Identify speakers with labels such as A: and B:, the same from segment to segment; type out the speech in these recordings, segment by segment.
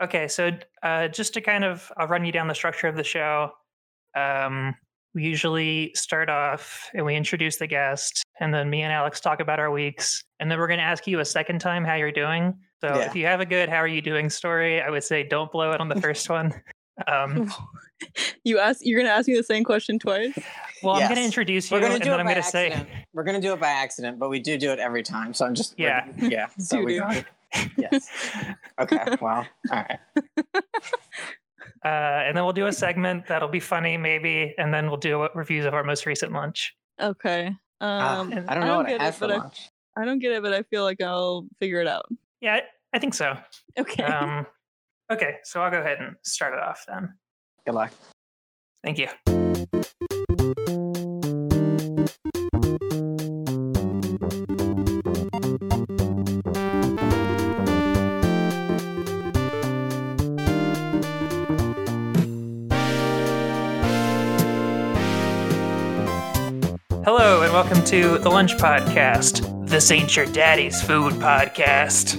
A: Okay, so uh, just to kind of I'll run you down the structure of the show. Um, we usually start off and we introduce the guest, and then me and Alex talk about our weeks, and then we're going to ask you a second time how you're doing. So
B: Yeah.
A: if you have a good "How are you doing?" story, I would say don't blow it on the first one. Um,
C: you ask you're gonna ask me the same question twice
A: well, I'm going to
B: Yes.
A: introduce you,
B: We're
A: and
B: gonna
A: then
B: do it
A: I'm
B: by
A: going to say,
B: accident. We're gonna do it by accident, but we do do it every time. So I'm just we're
A: Yeah.
B: gonna- yeah. So we
C: Doo-doo.
B: got it. Yes. Okay. Wow. All right.
A: uh, and then we'll do a segment that'll be funny, maybe, and then we'll do a- reviews of our most recent lunch.
C: okay
B: Ah,
C: um
B: I don't know what I
C: get
B: had
C: it,
B: for
C: but I,
B: lunch.
C: I don't get it but i feel like i'll figure it out
A: Yeah, I, I think so.
C: okay
A: Um, okay, so I'll go ahead and start it off then.
B: Good luck.
A: Thank you. Hello, and welcome to the Lunch Podcast. This ain't your daddy's food podcast.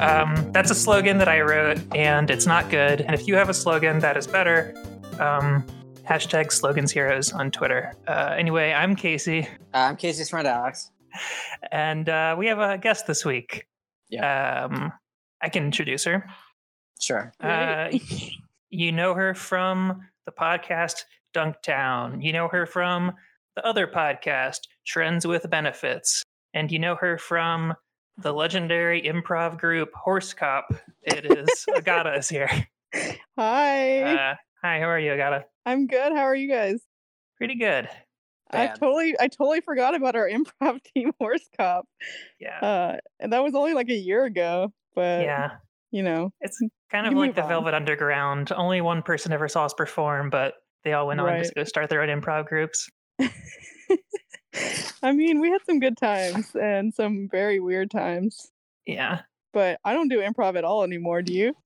A: Um, that's a slogan that I wrote, and it's not good. And if you have a slogan that is better, um, hashtag slogans heroes on Twitter. Uh, anyway, I'm Casey,
B: Uh, I'm Casey's friend Alex.
A: and uh, we have a guest this week. Um, I can introduce her.
B: Sure.
A: Uh, you know her from the podcast Dunktown. You know her from the other podcast Trends with Benefits, and you know her from the legendary improv group Horse Cop. It is Agata is here.
C: hi
A: Uh, hi, how are you, Agata?
C: i'm good how are you guys
A: Pretty good.
C: i
B: Bad.
C: totally i totally forgot about our improv team horse cop
A: Yeah,
C: uh and that was only like a year ago but
A: yeah.
C: you know
A: It's kind
C: we
A: of like
C: move
A: the
C: on.
A: Velvet Underground. Only one person ever saw us perform, but they all went on
C: Right.
A: to go start their own improv groups.
C: i mean we had some good times and some very weird times
A: Yeah.
C: but i don't do improv at all anymore do you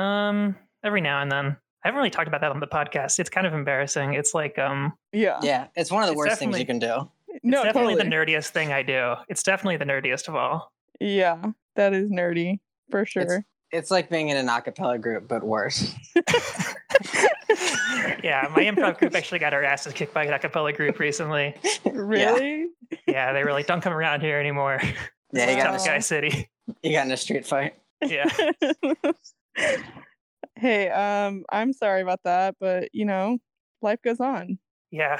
A: Um. Every now and then, I haven't really talked about that on the podcast. It's kind of embarrassing. It's like um.
C: yeah,
B: Yeah. It's one of the
A: It's
B: worst things you
A: definitely-
B: can do.
A: It's
C: no
A: definitely
C: totally.
A: the nerdiest thing I do. It's definitely the nerdiest of all.
C: yeah that is nerdy for sure
B: It's like being in an acapella group, but worse.
A: yeah, my improv group actually got our asses kicked by an acapella group recently.
C: really
A: Yeah, they were like, "Don't come around here anymore."
B: Yeah. You got, in
A: Tough
B: a,
C: Wow.
A: guy city.
B: you got in a street fight.
A: Yeah.
C: hey, um, I'm sorry about that, but you know, life goes on.
A: Yeah.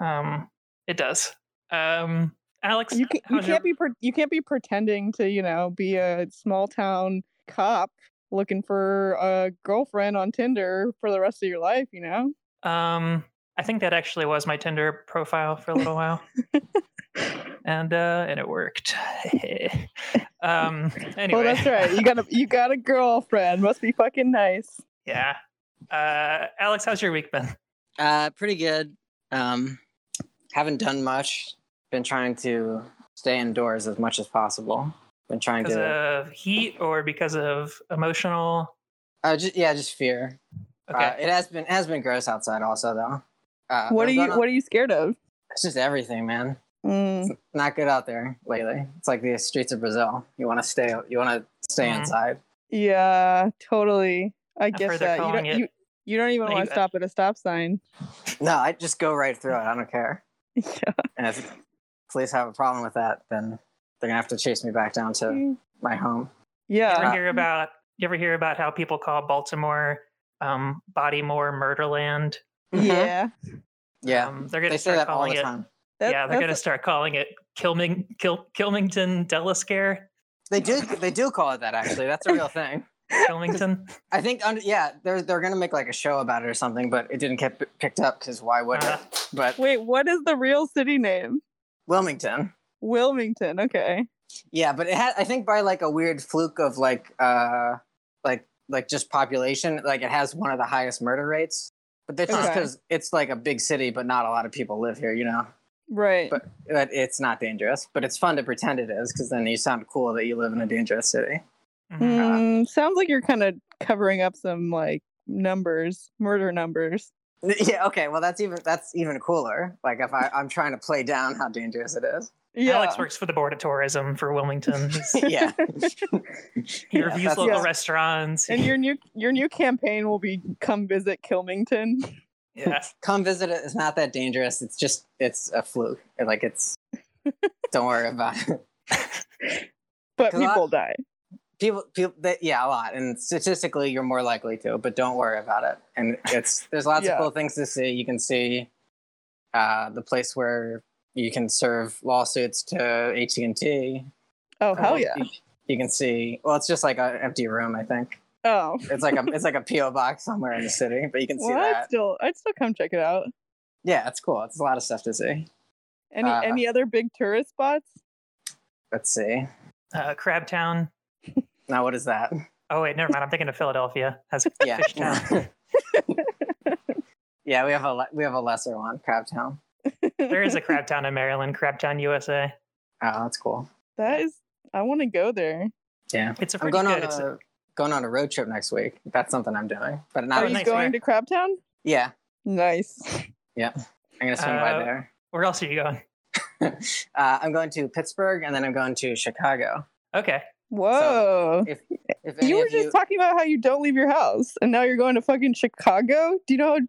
A: Um. It does. Um. Alex,
C: You, can, you
A: how's your-
C: can't be pre- you can't be pretending to you know be a small town cop looking for a girlfriend on Tinder for the rest of your life. You know,
A: Um, I think that actually was my Tinder profile for a little while, and uh, and it worked. um, anyway,
C: well that's right. You got a you got a girlfriend. Must be fucking nice.
A: yeah. Uh, Alex, how's your week been?
B: Uh, pretty good. Um, haven't done much. Been trying to stay indoors as much as possible. Been trying
A: Because
B: to.
A: of heat or because of emotional?
B: Uh, just, yeah, just fear.
A: Okay,
B: Uh, it has been it has been gross outside also though. Uh,
C: what
B: but
C: are
B: I'm
C: you
B: going on-
C: What are you scared of?
B: It's just everything, man.
C: Mm,
B: Not good out there lately. It's like the streets of Brazil. You want to stay. You want to stay
A: Mm.
B: inside.
C: yeah, totally. I
A: heard
C: guess
A: they're
C: that you
A: calling
C: don't
A: it- uh,
C: you, you don't even
A: No,
C: want
A: you-
C: to stop at a stop sign.
B: No, I just go right through it. I don't care.
C: Yeah.
B: And if police have a problem with that, then they're gonna have to chase me back down to my home.
A: you
B: uh,
A: ever
C: Yeah.
A: hear about you ever hear about how people call Baltimore um, Bodymore Murderland?
C: Yeah.
B: Mm-hmm. Yeah.
A: um, they're gonna
B: they say
A: start
B: that all
A: calling
B: the
A: it.
B: time.
C: That-
A: yeah, they're
C: that's-
A: gonna start calling it Kilming Kil- Kilmington Delascare
B: They do. They do call it that. Actually, that's a real thing.
A: Kilmington.
B: I think. Under, yeah, they're they're gonna make like a show about it or something, but it didn't get p- picked up because why would
A: Uh,
B: it? But
C: Wait, what is the real city name?
B: Wilmington.
C: Wilmington. Okay.
B: Yeah, but it had I think by like a weird fluke of like uh like like just population, like it has one of the highest murder rates. But that's just
C: Okay.
B: because it's like a big city, but not a lot of people live here, you know.
C: Right.
B: But- That it's not dangerous, but it's fun to pretend it is because then you sound cool that you live in a dangerous city.
A: mhm.
C: Mm, sounds like you're kind of covering up some like numbers, murder numbers.
B: Yeah, okay, well that's even that's even cooler. Like if I, I'm trying to play down how dangerous it is.
C: Yeah.
A: Alex works for the Board of Tourism for Wilmington. He's-
B: yeah.
A: He
B: Yeah,
A: reviews
B: that's-
A: local
C: yeah.
A: restaurants.
C: and your new your new campaign will be come visit Kilmington.
A: yeah.
B: Come visit it. It's not that dangerous. It's just it's a fluke. Like it's don't worry about it.
C: But
B: 'Cause I-
C: people die.
B: People, people, that, yeah, a lot, and statistically, you're more likely to. But don't worry about it. And it's there's lots
C: Yeah.
B: of cool things to see. You can see uh, the place where you can serve lawsuits to AT and T.
C: Oh hell yeah.
B: You, you can see. Well, it's just like an empty room. I think
C: Oh.
B: it's like a it's like a PO box somewhere in the city, but you can see
C: Well, I'd
B: that.
C: still I'd still come check it out.
B: Yeah, it's cool. It's a lot of stuff to see.
C: Any
B: Uh,
C: any other big tourist spots?
B: Let's see.
A: Uh, Crabtown.
B: Now, what is that?
A: Oh, wait, never mind. I'm thinking of Philadelphia. Has
B: yeah.
A: Fish Town.
B: yeah, we have a le- we have a lesser one, Crabtown.
A: There is a Crabtown in Maryland, Crabtown, USA.
B: Oh, that's cool.
C: That is I want to go there.
B: Yeah,
A: It's a
B: I'm
A: pretty
B: going
A: good.
B: on
A: It's,
B: a, going on a road trip next week. That's something I'm doing, but not.
C: Are
A: Oh,
C: you
A: nice.
C: going to Crabtown?
B: Yeah,
C: Nice.
B: I'm gonna swing by
A: Uh,
B: there.
A: where else are you going?
B: Uh, I'm going to Pittsburgh and then I'm going to Chicago.
A: Okay.
C: Whoa.
B: If, if any
C: you were
B: of
C: just talking about how you don't leave your house and now you're going to fucking Chicago? Do you know how-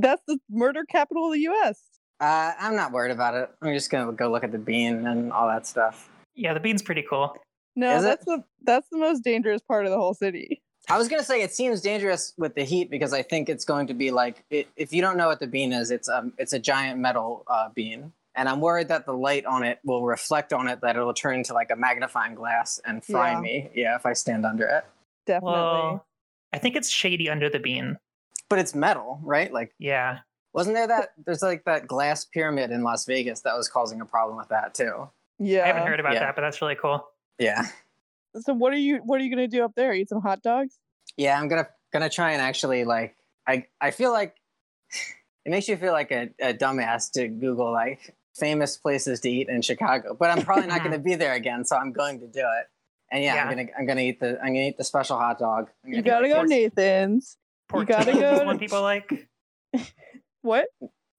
C: that's the murder capital of the US?
B: uh, I'm not worried about it. I'm just gonna go look at the bean and all that stuff.
A: Yeah, the bean's pretty cool.
C: No,
B: Is it?
C: that's the that's the most dangerous part of the whole city.
B: I was gonna say it seems dangerous with the heat because I think it's going to be like i if you don't know what the bean is, it's um it's a giant metal uh, bean, and I'm worried that the light on it will reflect on it, that it'll turn into like a magnifying glass and fry
C: Yeah.
B: me. Yeah, if I stand under it.
C: Definitely.
A: Well, I think it's shady under the bean.
B: But it's metal, right? Like,
A: Yeah.
B: wasn't there that there's like that glass pyramid in Las Vegas that was causing a problem with that too?
C: yeah.
A: I haven't heard about
B: Yeah.
A: that, but that's really cool.
B: Yeah,
C: So what are you what are you gonna do up there? Eat some hot dogs?
B: yeah. I'm gonna gonna try and actually like I I feel like it makes you feel like a, a dumbass to Google like famous places to eat in Chicago. But I'm probably not going to be there again, so I'm going to do it. And yeah,
A: Yeah.
B: I'm gonna I'm gonna eat the I'm gonna eat the special hot dog. I'm
C: You
B: gonna
C: gotta
B: do,
C: go
B: like,
C: Nathan's. You gotta
A: Portillo's
C: go
A: is one
C: to-
A: people like.
C: What?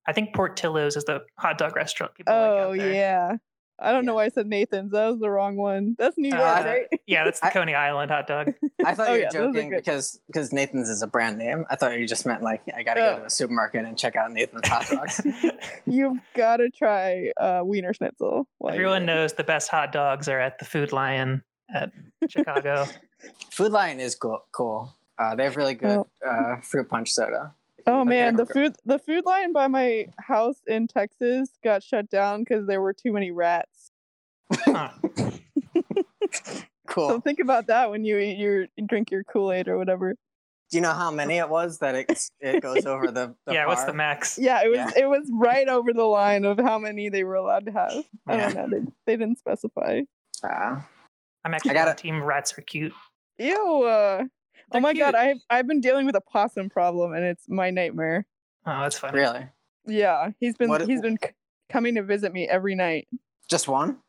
A: I think Portillo's is the hot dog restaurant people like. out
C: Oh
A: there.
C: yeah. I don't know
B: Yeah.
C: why I said Nathan's. That was the wrong one. That's New York,
A: Uh,
C: right?
A: Yeah, that's the
B: I-
A: Coney Island hot dog.
B: I thought you
C: Oh,
B: were
C: yeah, those are
B: joking
C: good.
B: because because Nathan's is a brand name. I thought you just meant like I gotta
C: Oh.
B: go to the supermarket and check out Nathan's hot dogs.
C: You've gotta try uh Wiener Schnitzel. while you're
A: Everyone
C: there.
A: knows the best hot dogs are at the Food Lion at Chicago.
B: Food Lion is cool. Cool. Uh, they have really good uh, fruit punch soda.
C: Oh man, the
B: Okay.
C: food the food line by my house in Texas got shut down because there were too many rats.
A: Huh.
C: So
B: Cool.
C: think about that when you eat your drink your Kool Aid or whatever.
B: Do you know how many it was that it it goes over the, the
A: yeah, what's the
B: par?
A: max?
C: Yeah, it was
B: Yeah.
C: it was right over the line of how many they were allowed to have. I don't know. They, they didn't specify.
B: Uh,
A: I'm actually
B: I gotta-
A: on team rats are cute.
C: Ew. Uh, oh
A: They're
C: my
A: cute.
C: god, I've I've been dealing with a possum problem and it's my nightmare.
A: Oh, that's funny.
B: really?
C: Yeah, he's been
B: What-
C: he's been c- coming to visit me every night.
B: Just one?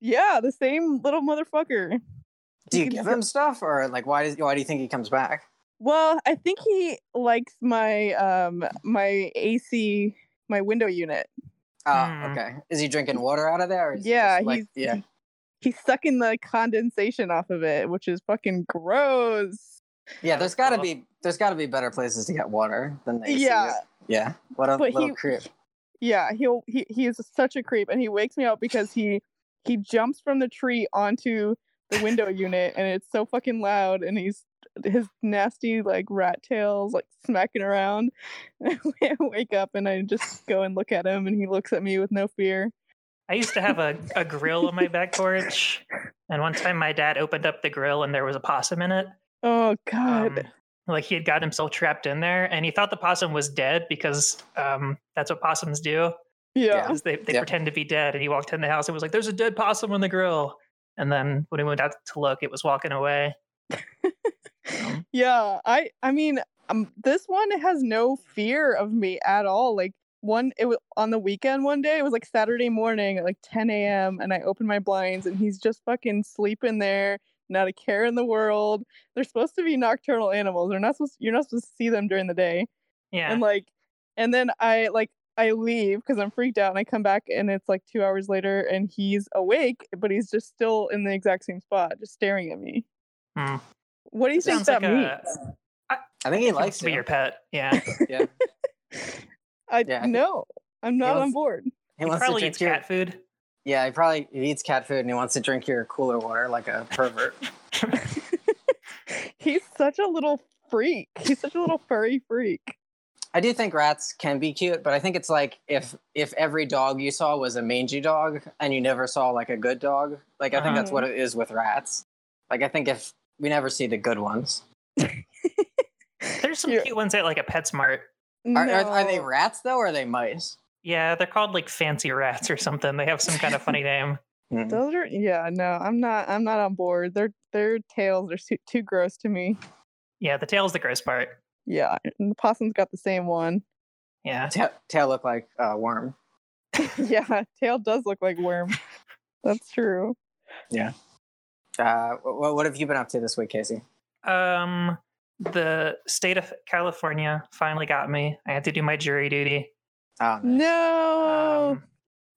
C: Yeah, the same little motherfucker.
B: Do
C: He
B: you
C: keeps
B: give
C: go-
B: him stuff, or like why? Does, why do you think he comes back?
C: Well, I think he likes my um my AC my window unit.
B: Oh,
A: Hmm.
B: okay. Is he drinking water out of there? Or is he
C: Yeah,
B: just, like,
C: he's-
B: yeah.
C: He's sucking the condensation off of it, which is fucking gross.
B: Yeah,
A: That's
B: there's got to
A: cool.
B: be there's got to be better places to get water than they
C: Yeah.
B: yeah. What a
C: But
B: little
C: he-
B: creep.
C: Yeah, he'll he he is such a creep and he wakes me up because he he jumps from the tree onto the window unit and it's so fucking loud and he's his nasty like rat tails like smacking around. I wake up and I just go and look at him and he looks at me with no fear.
A: I used to have a, a grill on my back porch, and one time my dad opened up the grill and there was a possum in it.
C: Oh god.
A: Um, like he had got himself trapped in there, and he thought the possum was dead because um, that's what possums do.
C: yeah.
A: is they, they
B: Yep.
A: pretend to be dead. And he walked in the house and was like, "There's a dead possum on the grill." And then when he went out to look, it was walking away. Um,
C: yeah i i mean um, this one has no fear of me at all like one it was on the weekend one day it was like saturday morning at like 10 a.m and i opened my blinds and he's just fucking sleeping there not a care in the world they're supposed to be nocturnal animals they're not supposed you're not supposed to see them during the day
A: yeah,
C: and like and then i like I leave because I'm freaked out and I come back and it's like two hours later and he's awake, but he's just still in the exact same spot, just staring at me.
A: Hmm.
C: What do you think
A: Sounds
C: that
A: like a-
C: means?
B: I think he
A: Likes
B: likes
A: to be
B: you.
A: your pet. Yeah.
B: Yeah.
C: I
B: Yeah, I think-
C: no, I'm not
B: wants-
C: on board.
B: He
A: He
B: wants to
A: probably
B: drink
A: eats
B: your,
A: cat food.
B: Yeah, he probably he eats cat food and he wants to drink your cooler water like a pervert.
C: He's such a little freak. He's such a little furry freak.
B: I do think rats can be cute, but I think it's like if if every dog you saw was a mangy dog and you never saw like a good dog. Like I think that's
C: Uh-huh.
B: what it is with rats. Like I think if we never see the good ones.
A: There's some
C: You're-
A: cute ones at like a PetSmart.
B: Are, are, are they
C: No.
B: rats though, or are they mice?
A: Yeah, they're called like fancy rats or something. They have some kind of funny name.
B: Hmm.
C: Those are yeah, no, I'm not I'm not on board. Their their tails are too, too gross to me.
A: Yeah, the tail's the gross part.
C: Yeah, and the possum's got the same one.
A: Yeah.
B: Ta- tail look like a worm.
C: yeah, tail does look like worm. That's true.
B: Uh, what, what have you been up to this week, Casey?
A: Um, the state of California finally got me. I had to do my jury duty.
B: Oh, no.
C: No.
A: Um,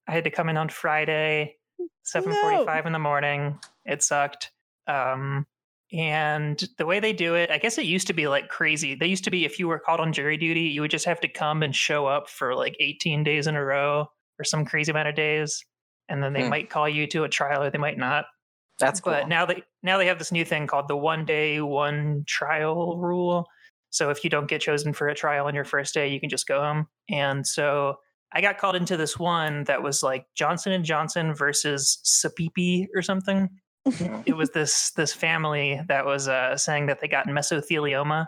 A: I had to come in on Friday, seven forty-five in the morning. It sucked. Um, and the way they do it, I guess it used to be like crazy. They used to be if you were called on jury duty, you would just have to come and show up for like eighteen days in a row or some crazy amount of days, and then they
B: Hmm.
A: might call you to a trial or they might not.
B: that's cool.
A: But now they now they have this new thing called the one day one trial rule. So if you don't get chosen for a trial on your first day, you can just go home. And so I got called into this one that was like Johnson and Johnson versus Sapipi or something.
B: Mm.
A: It was this this family that was uh, saying that they got mesothelioma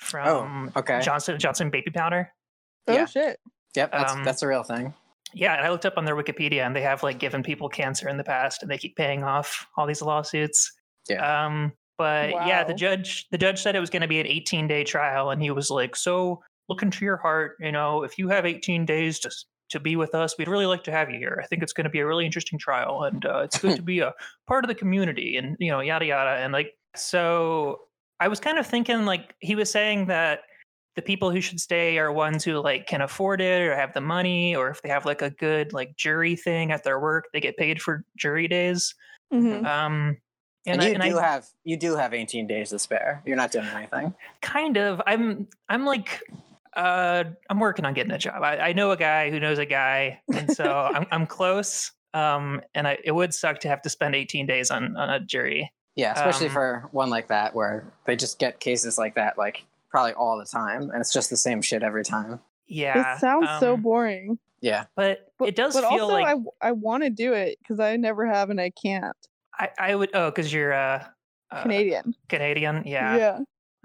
A: from
B: Oh, okay.
A: Johnson and Johnson baby powder.
C: oh
B: yeah.
C: shit.
B: Yep, that's
A: um,
B: that's a real thing.
A: Yeah, and I looked up on their Wikipedia and they have like given people cancer in the past and they keep paying off all these lawsuits.
B: Yeah.
A: Um but yeah, the
C: Wow.
A: judge the judge said it was going to be an 18-day trial and he was like, "So, look into your heart, you know, if you have 18 days to s- to be with us, we'd really like to have you here. I think it's going to be a really interesting trial and uh, it's good to be a part of the community and you know, yada yada." And like so I was kind of thinking like he was saying that the people who should stay are ones who like can afford it or have the money or if they have like a good like jury thing at their work they get paid for jury days
C: Mhm.
A: um
B: And,
A: and, I,
B: you
A: and
B: do
A: I
B: have you do have 18 days to spare. You're not doing anything.
A: kind of i'm i'm like uh i'm working on getting a job i, I know a guy who knows a guy and so i'm, I'm close um and I, it would suck to have to spend 18 days on on a jury
B: Yeah, especially
A: Um,
B: for one like that where they just get cases like that like probably all the time, and it's just the same shit every time.
A: yeah
C: It sounds so
A: um,
C: boring.
B: Yeah,
A: but,
C: But,
A: it does
C: but
A: feel
C: also
A: like
C: I I want to do it because I never have and I can't.
A: I, I would oh because you're uh, uh
C: Canadian.
A: canadian yeah
C: yeah.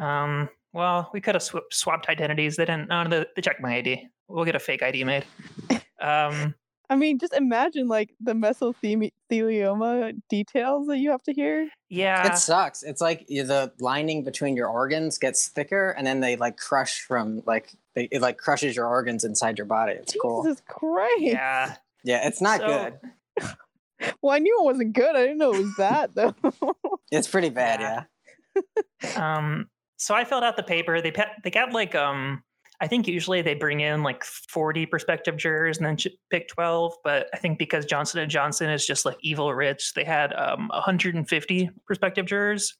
A: Um, well, we could have sw- swapped identities. They didn't. No, they, they checked my ID. We'll get a fake ID made. Um,
C: I mean, just imagine like the mesothelioma details that you have to hear.
A: yeah,
B: it sucks. It's like you- the lining between your organs gets thicker, and then they like crush from like they it like crushes your organs inside your body. It's cool.
C: Jesus Christ.
A: yeah.
B: Yeah, it's not
A: So-
B: good.
C: Well, I knew it wasn't good. I didn't know it was that though.
B: It's pretty bad.
A: Yeah.
B: Yeah.
A: Um, so I filled out the paper. They pe- they got like um, I think usually they bring in like forty prospective jurors and then ch- pick twelve. But I think because Johnson and Johnson is just like evil rich, they had um, one hundred and fifty prospective jurors.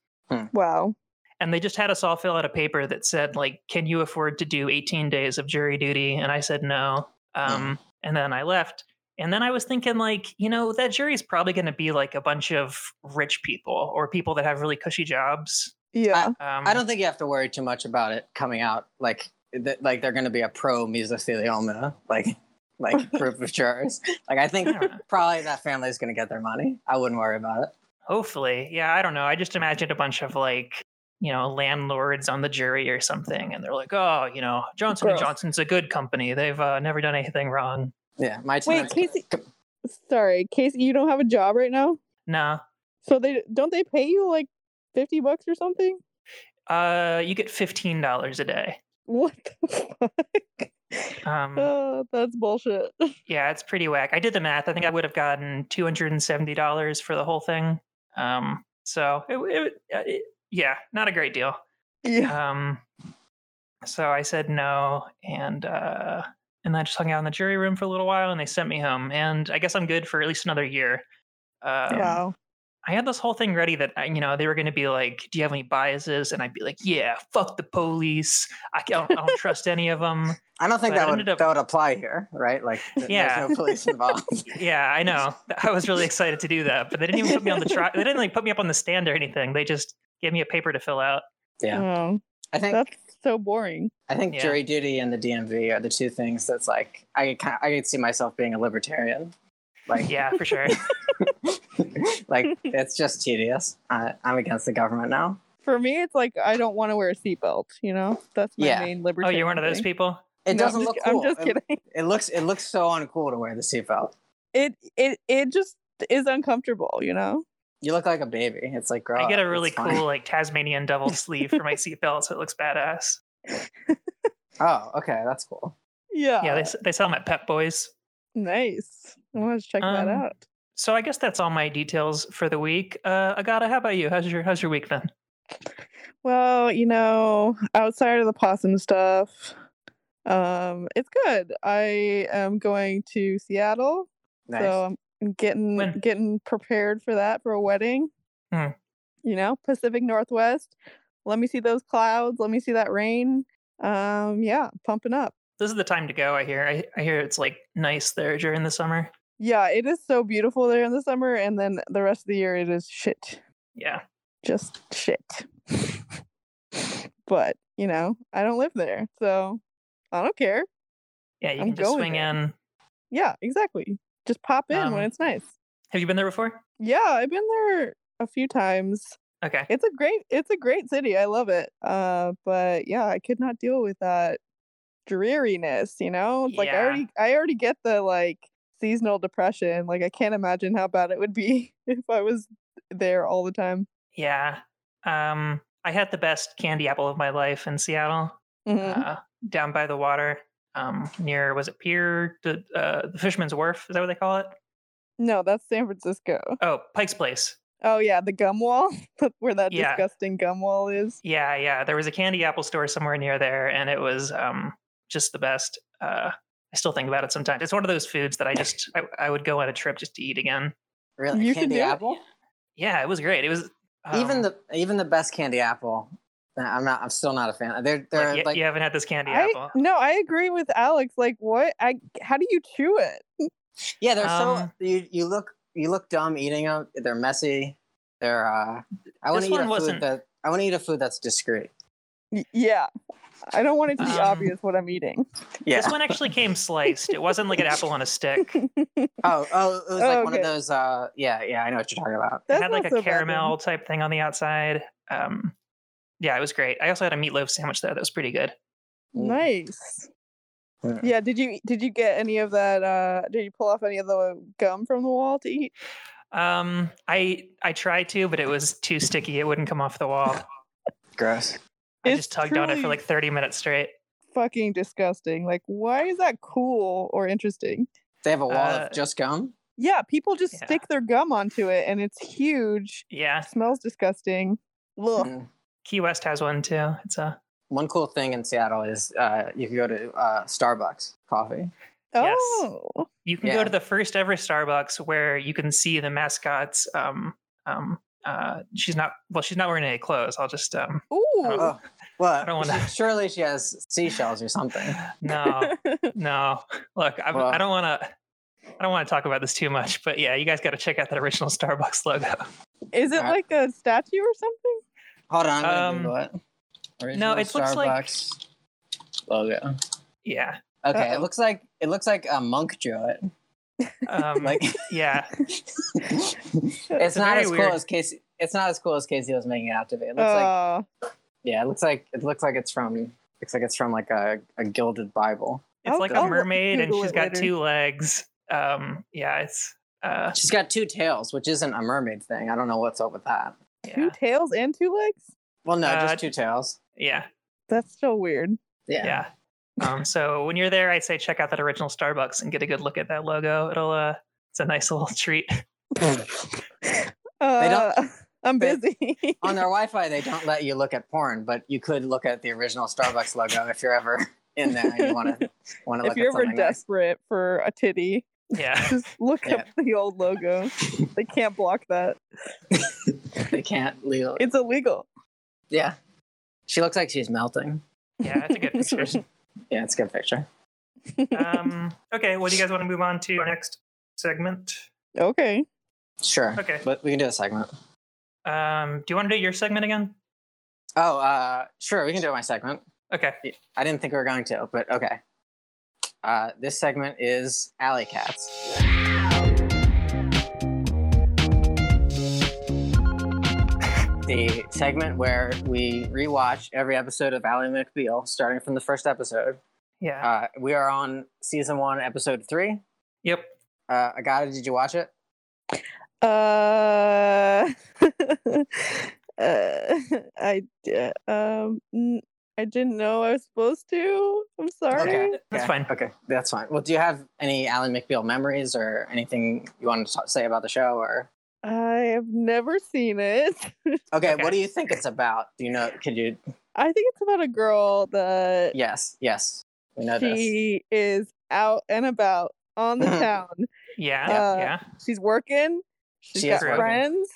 C: wow.
A: and they just had us all fill out a paper that said like can you afford to do 18 days of jury duty and i said no
B: Oh.
A: um, and then i left and then i was thinking like you know that jury's probably going to be like a bunch of rich people or people that have really cushy jobs
C: Yeah.
A: um,
B: I don't think you have to worry too much about it coming out like th- like they're going to be a pro mesothelioma like like group of jurors. Like I
A: I
B: think
A: don't know.
B: probably that family is going to get their money. I wouldn't worry about it.
A: hopefully yeah i don't know i just imagined a bunch of like you know landlords on the jury or something and they're like oh you know johnson and
C: Gross.
A: johnson's a good company they've uh, never done anything wrong
B: Yeah, my
C: Wait,
B: tenants-
C: Casey. Sorry, Casey. You don't have a job right now,
A: no
C: so they don't they pay you like fifty bucks or something?
A: uh, you get $15 a day
C: What the fuck?
A: um,
C: Oh, that's bullshit.
A: Yeah, it's pretty whack. I did the math. I think I would have gotten two hundred and seventy dollars for the whole thing. Um, so it, it, uh, it, yeah, not a great deal.
C: Yeah.
A: Um, so I said no, and uh, and I just hung out in the jury room for a little while, and they sent me home. And I guess I'm good for at least another year. Um,
C: wow.
A: I had this whole thing ready that I- you know they were going to be like, "Do you have any biases?" And I'd be like, "Yeah, fuck the police. I don't, I don't trust any of them."
B: I don't think
A: But
B: that
A: I
B: would
A: ended up-
B: that would apply here, right? Like, th-
A: Yeah.
B: there's no police involved.
A: Yeah, I know. I was really excited to do that, but they didn't even put me on the trial. They didn't like put me up on the stand or anything. They just gave me a paper to fill out.
B: yeah,
C: Oh,
B: I think
C: that's so boring.
B: I think
A: Yeah.
B: jury duty and the DMV are the two things that's like I can I could see myself being a libertarian. Like,
A: Yeah, for sure.
B: like it's just tedious. I, I'm against the government now.
C: For me, it's like I don't want to wear a seatbelt. You know, that's my
B: Yeah.
C: main
A: oh,
C: libertarian.
A: you're one of those
C: thing.
A: people.
B: It
C: No, I'm
B: doesn't
C: just-
B: look cool.
C: I'm just
B: It-
C: kidding.
B: It looks it looks so uncool to wear the seatbelt.
C: It it it just is uncomfortable. You know.
B: You look like a baby. It's like grow
A: I get
C: Ah,
B: up.
A: a really
B: It's fine.
A: cool like Tasmanian double sleeve for my seatbelt, so it looks badass.
B: Oh, okay, that's cool.
C: Yeah.
A: Yeah, they, s- they sell them at Pep Boys.
C: nice. I want to check that
A: Um,
C: out.
A: So I guess that's all my details for the week. Uh, Agata, how about you? How's your How's your week been?
C: Well, you know, outside of the possum stuff, um, it's good. I am going to Seattle,
B: Nice.
C: so I'm getting
A: When?
C: getting prepared for that for a wedding.
A: Hmm.
C: You know, Pacific Northwest. Let me see those clouds. Let me see that rain. Um, yeah, pumping up.
A: This is the time to go. I hear. I, I hear it's like nice there during the summer.
C: Yeah, it is so beautiful there in the summer, and then the rest of the year it is shit.
A: Yeah.
C: just shit. but, you know, I don't live there. So I don't care.
A: Yeah, you
C: I'm
A: can just
C: going
A: swing
C: there.
A: in.
C: Yeah, exactly. Just pop in
A: Um,
C: when it's nice.
A: Have you been there before?
C: Yeah, I've been there a few times.
A: Okay.
C: It's a great it's a great city. I love it. Uh but yeah, I could not deal with that dreariness, you know? It's like I
A: Yeah.
C: already I already get the like seasonal depression. Like I can't imagine how bad it would be if I was there all the time.
A: Yeah. Um, I had the best candy apple of my life in Seattle,
B: Mm-hmm.
C: Mhm.
A: uh, down by the water, um, near was it Pier, the, uh, the Fisherman's Wharf? Is that what they call it?
C: no, that's San Francisco.
A: Oh, Pike's Place.
C: Oh yeah, the gum wall where that
A: Yeah.
C: disgusting gum wall is.
A: Yeah, yeah. There was a candy apple store somewhere near there, and it was um, just the best. Uh, I still think about it sometimes. It's one of those foods that I just I, I would go on a trip just to eat again.
B: really
C: you can
B: candy
C: do it?
B: apple.
A: Yeah, it was great. It was um,
B: even the even the best candy apple. nah, I'm not. I'm still not a fan. They're
A: like,
B: they're
A: y-
B: like,
A: you haven't had this candy
C: I,
A: apple.
C: no, I agree with Alex. Like, what? I how do you chew it?
B: yeah, they're so
A: Um,
B: you you look you look dumb eating them. They're messy. They're uh, I want
A: This
B: to eat
A: one
B: a
A: wasn't-
B: food that I want to eat a food that's discreet.
C: Y- Yeah, I don't want it to be
A: Um,
C: obvious what I'm eating.
B: Yeah.
A: This one actually came sliced. It wasn't like an apple on a stick.
B: oh oh, it was like one
C: Okay.
B: of those. Uh, yeah yeah, I know what you're talking about.
A: It
C: That's
A: had
C: not
A: like a
C: so bad then.
A: caramel type thing on the outside. Um, yeah, it was great. I also had a meatloaf sandwich there. That was pretty good.
B: Mm.
C: Nice.
B: Yeah.
C: Yeah. Did you did you get any of that? Uh, did you pull off any of the gum from the wall to eat?
A: Um, I I tried to, but it was too sticky. It wouldn't come off the wall.
B: Gross.
A: I
C: It's
A: just tugged on it for
C: truly
A: like 30 minutes straight.
C: fucking disgusting. Like, why is that cool or interesting?
B: They have a wall
A: Uh,
B: of just gum.
C: Yeah, people just
A: Yeah.
C: stick their gum onto it, and it's huge.
A: Yeah,
C: Smells disgusting. Look.
B: Mm.
A: Key West has one too. It's a
B: One cool thing in Seattle is uh, you can go to uh, Starbucks coffee.
A: Yes.
C: Oh,
A: you can go
B: Yeah.
A: to the first ever Starbucks where you can see the mascots. Um, um, uh, she's not well, she's not wearing any clothes. I'll just um,
C: ooh.
B: Oh, well,
A: I don't wanna-
B: she- surely she has seashells or something.
A: no, No, look, I, I
B: Well-
A: don't want to. I don't want to talk about this too much, but yeah, you guys got to check out that original Starbucks logo.
C: Is it
B: Uh,
C: like a statue or something?
B: Hold on, I'm gonna
A: Um,
B: Google it.
A: no, it looks like-
B: Starbucks logo.
A: Yeah,
B: Okay,
C: Uh-oh.
B: it looks like it looks like a monk drew it.
A: um,
B: Like
A: yeah,
B: it's,
A: It's
B: not
A: very
B: as
A: weird.
B: cool as Casey. It's not as cool as Casey was making it out to be. It looks like
C: Uh,
B: yeah, it looks like it looks like it's from looks like it's from like a, a gilded Bible.
A: it's
C: I'll-
A: like
C: I'll
A: a
C: look-
A: mermaid, and
C: Google
A: she's
C: it
A: got
C: later.
A: two legs. Um, yeah, it's uh,
B: She's got two tails, which isn't a mermaid thing. I don't know what's up with that.
A: yeah,
C: two tails and two legs?
B: Well, no,
A: Uh,
B: just two tails.
A: yeah,
C: That's so weird.
B: Yeah.
A: yeah. Um, so when you're there, I'd say check out that original Starbucks and get a good look at that logo. It'll uh, it's a nice little treat.
C: Uh,
B: don't-
C: I'm
B: they-
C: busy.
B: on their Wi-Fi, they don't let you look at porn, but you could look at the original Starbucks logo if you're ever in there and you want to want to
C: if
B: look
C: you're
B: at
C: ever
B: something nice.
C: desperate for a titty,
A: Yeah.
C: just look
B: Yeah.
C: up the old logo. they can't block that.
B: They can't legally.
C: It's illegal.
B: yeah, she looks like she's melting.
A: Yeah, that's a good picture.
B: Yeah, it's a good picture.
A: Um, okay, well, do you guys want to move on to our next segment?
C: Okay.
B: Sure.
A: Okay.
B: But we can do a segment.
A: Um, do you want to do your segment again?
B: Oh, uh, sure. We can do my segment.
A: Okay.
B: I didn't think we were going to, but okay. Uh, this segment is Alley Cats. The segment where we rewatch every episode of Ally McBeal, starting from the first episode.
A: Yeah.
B: Uh, we are on season one, episode three.
A: Yep.
B: Uh, Agata, did you watch it?
C: Uh, uh I d- um n- I didn't know I was supposed to. I'm sorry.
A: That's
B: Okay,
A: fine.
B: Okay, that's fine. Well, do you have any Ally McBeal memories or anything you want to t- say about the show? Or
C: I have never seen it.
B: okay,
A: Okay.
B: what do you think it's about? Do you know? Could you?
C: I think it's about a girl that
B: Yes, yes, we know this.
C: she is out and about on the town.
A: Yeah.
C: Uh,
A: yeah.
C: She's working. She's
B: She is
C: got
A: working.
C: friends.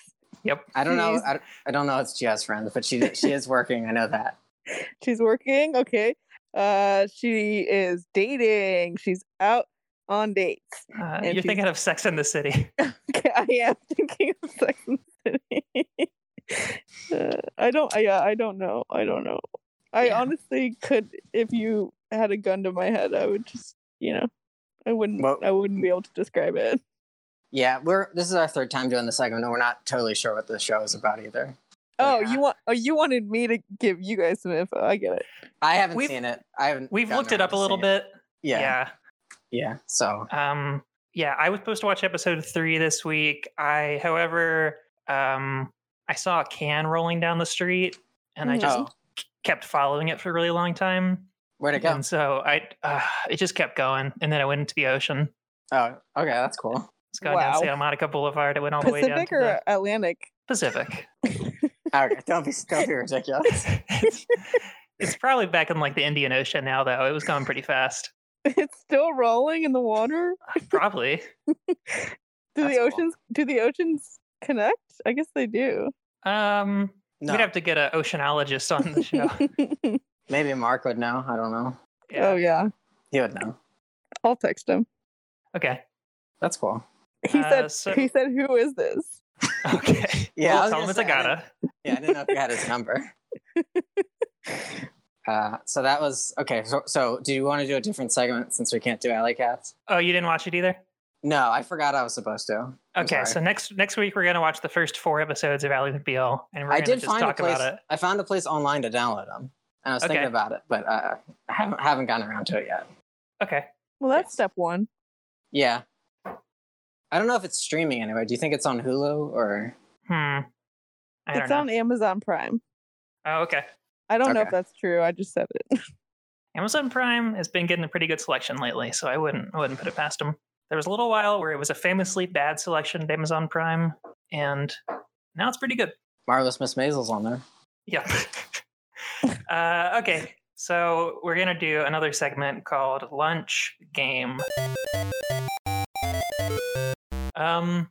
B: I don't know.
C: she's-
B: I, I don't know if she has friends, but she she is working. I know that.
C: She's working. Okay. Uh, she is dating. She's out on dates.
A: Uh,
C: and
A: you're
C: she's-
A: thinking of Sex in the City.
C: Okay, I am thinking of Sex and the City. uh, I don't. I- Yeah, I don't know. I don't know. I
B: Yeah.
C: honestly could, if you had a gun to my head, I would just, you know, I wouldn't.
B: Well-
C: I wouldn't be able to describe it.
B: Yeah, we're this is our third time doing the segment, and we're not totally sure what the show is about either.
C: Oh,
B: yeah.
C: you want? Oh, you wanted me to give you guys some info. I get it.
B: I haven't
A: We've-
B: seen it. I haven't.
A: We've
B: gotten
A: looked it
B: around
A: up a
B: to
A: little
B: seeing it.
A: bit.
B: Yeah,
A: yeah.
B: yeah. So
A: Um, yeah, I was supposed to watch episode three this week. I, however, um, I saw a can rolling down the street, and I just
B: oh,
A: kept following it for a really long time.
B: where'd it go?
A: And so I, uh, it just kept going, and then I went into the ocean.
B: Oh, okay, that's cool.
A: It's going
C: Wow.
A: down Santa Monica Boulevard. It went all the way down
C: Pacific
A: to
C: or
A: the
C: Atlantic?
A: Pacific.
B: Okay, don't be don't be ridiculous.
A: it's, it's probably back in like the Indian Ocean now, though. It was going pretty fast.
C: It's still rolling in the water.
A: Probably.
C: Do
B: That's
C: the
B: cool.
C: oceans? Do the oceans connect? I guess they do.
A: Um,
B: No,
A: We'd have to get an oceanologist on the show.
B: maybe Mark would know. I don't know.
C: Oh yeah,
B: He would know.
C: I'll text him.
A: Okay.
B: That's cool.
C: He
A: Uh,
C: said.
A: so-
C: He said, "Who is this?"
A: Okay.
B: Yeah, I
A: Well, tell
B: was gonna
A: him it's
B: say,
A: a
B: I didn't-
A: gotta.
B: Yeah, I didn't know if you had his number. Uh, so that was okay. So, so do you want to do a different segment since we can't do Alley Cats?
A: Oh, you didn't watch it either.
B: No, I forgot I was supposed to. I'm
A: Okay,
B: sorry.
A: so next next week we're gonna watch the first four episodes of Ally McBeal, and we're
B: I
A: gonna
B: did
A: just
B: find a
A: talk
B: place.
A: about it.
B: I found a place online to download them, and I was
A: Okay.
B: thinking about it, but uh, I haven't haven't gotten around to it yet.
A: Okay.
C: Well, that's step one.
B: Yeah, I don't know if it's streaming anyway. Do you think it's on Hulu or?
A: Hmm. I don't
C: It's
A: know.
C: on Amazon Prime.
A: oh, okay.
C: I don't know if
B: Okay.
C: that's true. I just said it.
A: Amazon Prime has been getting a pretty good selection lately, so I wouldn't I wouldn't put it past them. There was a little while where it was a famously bad selection at Amazon Prime, and now it's pretty good.
B: Marvelous Miss Maisel's on there.
A: Yeah. uh, okay, so we're gonna do another segment called Lunch Game. Um,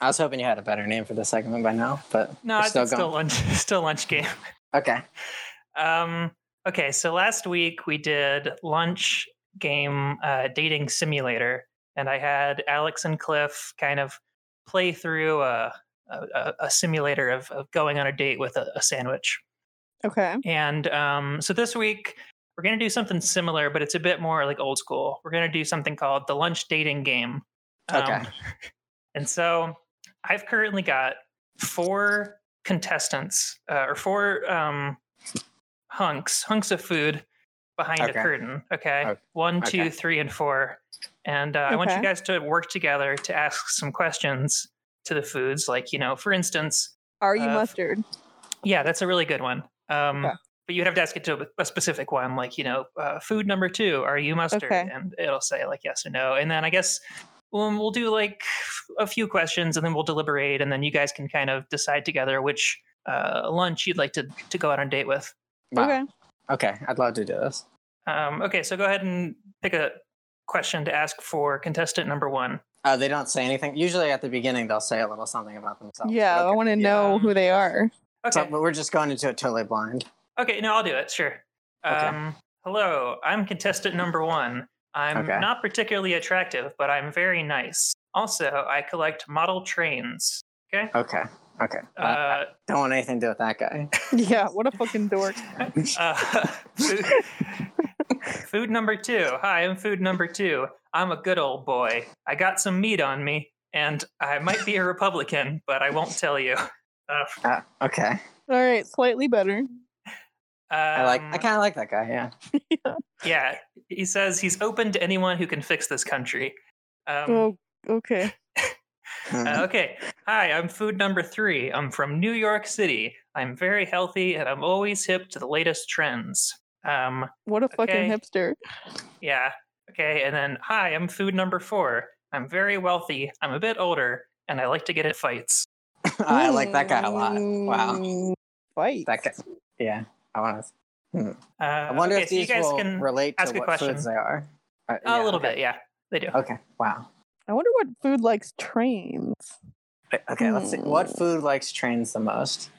B: I was hoping you had a better name for this segment by now, but
A: no,
B: we're
A: it's
B: still
A: still,
B: going.
A: still lunch, still lunch game.
B: Okay.
A: Um, okay, so last week we did lunch game uh, dating simulator, and I had Alex and Cliff kind of play through a a, a- a simulator of, of going on a date with a, a sandwich.
C: Okay.
A: And um, so this week we're gonna do something similar, but it's a bit more like old school. We're gonna do something called the lunch dating game. Um,
B: Okay.
A: and so I've currently got four contestants uh, or four um, hunks, hunks of food behind
B: Okay.
A: a curtain. Okay.
B: Ok-
A: one, two, three,
B: okay.
A: and four. And uh, I want you
C: Okay.
A: guys to work together to ask some questions to the foods. Like, you know, for instance,
C: Are you
A: Uh,
C: mustard?
A: yeah, that's a really good one. Um,
C: Okay.
A: But you'd have to ask it to a- a specific one, like you know, uh, food number two. Are you mustard?
C: Okay.
A: And it'll say like yes or no. And then I guess um, we'll do like a few questions, and then we'll deliberate, and then you guys can kind of decide together which uh, lunch you'd like to to go out on a date with.
B: Wow.
C: Okay.
B: Okay. I'd love to do this.
A: Um, okay, so go ahead and pick a question to ask for contestant number one.
B: Uh, they don't say anything. Usually at the beginning, they'll say a little something about themselves.
C: yeah, I
B: Okay.
C: want to know who they are.
B: So-
A: Okay.
B: but we're just going into it totally blind.
A: Okay, no, I'll do it. Sure.
B: Okay.
A: Um, hello, I'm contestant number one. I'm
B: Okay.
A: not particularly attractive, but I'm very nice. Also, I collect model trains.
B: Okay. Okay.
A: Uh,
B: Uh, don't want anything to do with that guy.
C: Yeah, what a fucking dork.
A: uh, food, food number two. Hi, I'm food number two. I'm a good old boy. I got some meat on me, and I might be a Republican, but I won't tell you. Uh,
B: Uh, okay.
C: All right, slightly better.
B: I like.
A: um,
B: I kind of like that guy. Yeah.
A: Yeah, he says he's open to anyone who can fix this country. Um,
C: Oh, okay.
A: Uh, okay. Hi, I'm food number three. I'm from New York City. I'm very healthy and I'm always hip to the latest trends. Um,
C: What a fucking
A: Okay.
C: hipster.
A: yeah. Okay. And then, hi, I'm food number four. I'm very wealthy. I'm a bit older and I like to get at fights.
B: I like that guy a lot. Wow.
C: Mm, Fight.
B: That guy. Yeah. I want to.
A: Uh,
B: I wonder
A: okay,
B: if
A: so
B: these
A: you guys
B: will
A: can
B: relate to
A: ask a
B: what
A: question.
B: foods they are. Uh,
A: a
B: yeah,
A: little
B: okay.
A: bit. Yeah, they do.
B: Okay. Wow.
C: I wonder what food likes trains.
B: Okay. Let's see. What
C: Hmm.
B: food likes trains the most?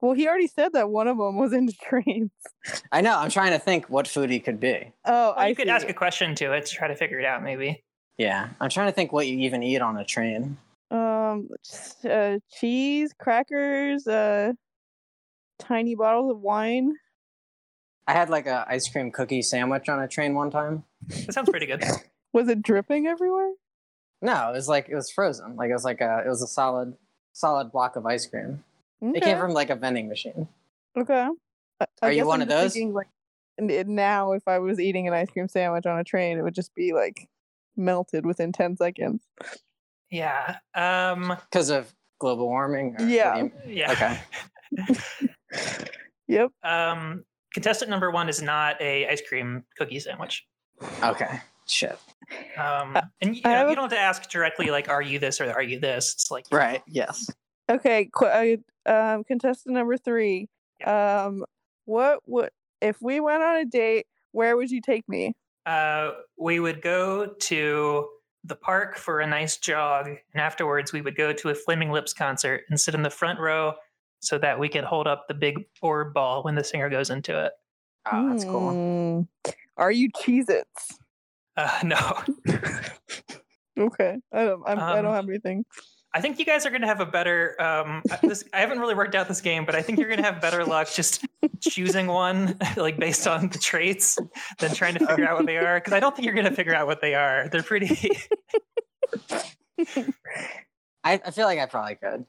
C: Well, he already said that one of them was into trains.
B: I know. I'm trying to think what food he could be.
C: Oh,
A: Well,
C: I
A: you could
C: see.
A: ask a question to it to try to figure it out, maybe.
B: Yeah. I'm trying to think what you even eat on a train.
C: um s- uh, cheese crackers uh tiny bottles of wine
B: I had like a ice cream cookie sandwich on a train one time.
A: That sounds pretty good.
C: was it dripping everywhere
B: No, it was like it was frozen. Like it was like a it was a solid solid block of ice cream.
C: okay
B: It came from like a vending machine.
C: okay I- I
B: Are you
C: guess
B: one of
C: I'm just
B: those?
C: thinking, like n- it- now if i was eating an ice cream sandwich on a train it would just be like melted within 10 seconds
A: yeah. Um,
B: Because of global warming. or what do
C: Yeah.
B: you-
A: yeah.
B: Okay.
C: yep
A: Um, contestant number one is not a ice cream cookie sandwich.
B: Okay. Shit.
A: Um,
C: Uh,
A: and you,
C: I
A: know,
C: have
A: you
C: a-
A: don't have to ask directly, like, are you this or are you this? It's like,
B: Right. Yes.
C: okay qu- uh, um contestant number three um what would if we went on a date where would you take me
A: uh, we would go to the park for a nice jog, and afterwards we would go to a Flaming Lips concert and sit in the front row so that we could hold up the big orb ball when the singer goes into it.
B: Oh, that's cool.
C: Mm. Are you Cheez-Its?
A: Uh, no,
C: Okay, I don't. I'm, I
A: Um,
C: don't have anything.
A: I think you guys are going to have a better. Um, I- this, I haven't really worked out this game, but I think you're going to have better luck just choosing one, like based on the traits, than trying to figure out what they are. Because I don't think you're going to figure out what they are. They're pretty.
B: I, I feel like I probably could.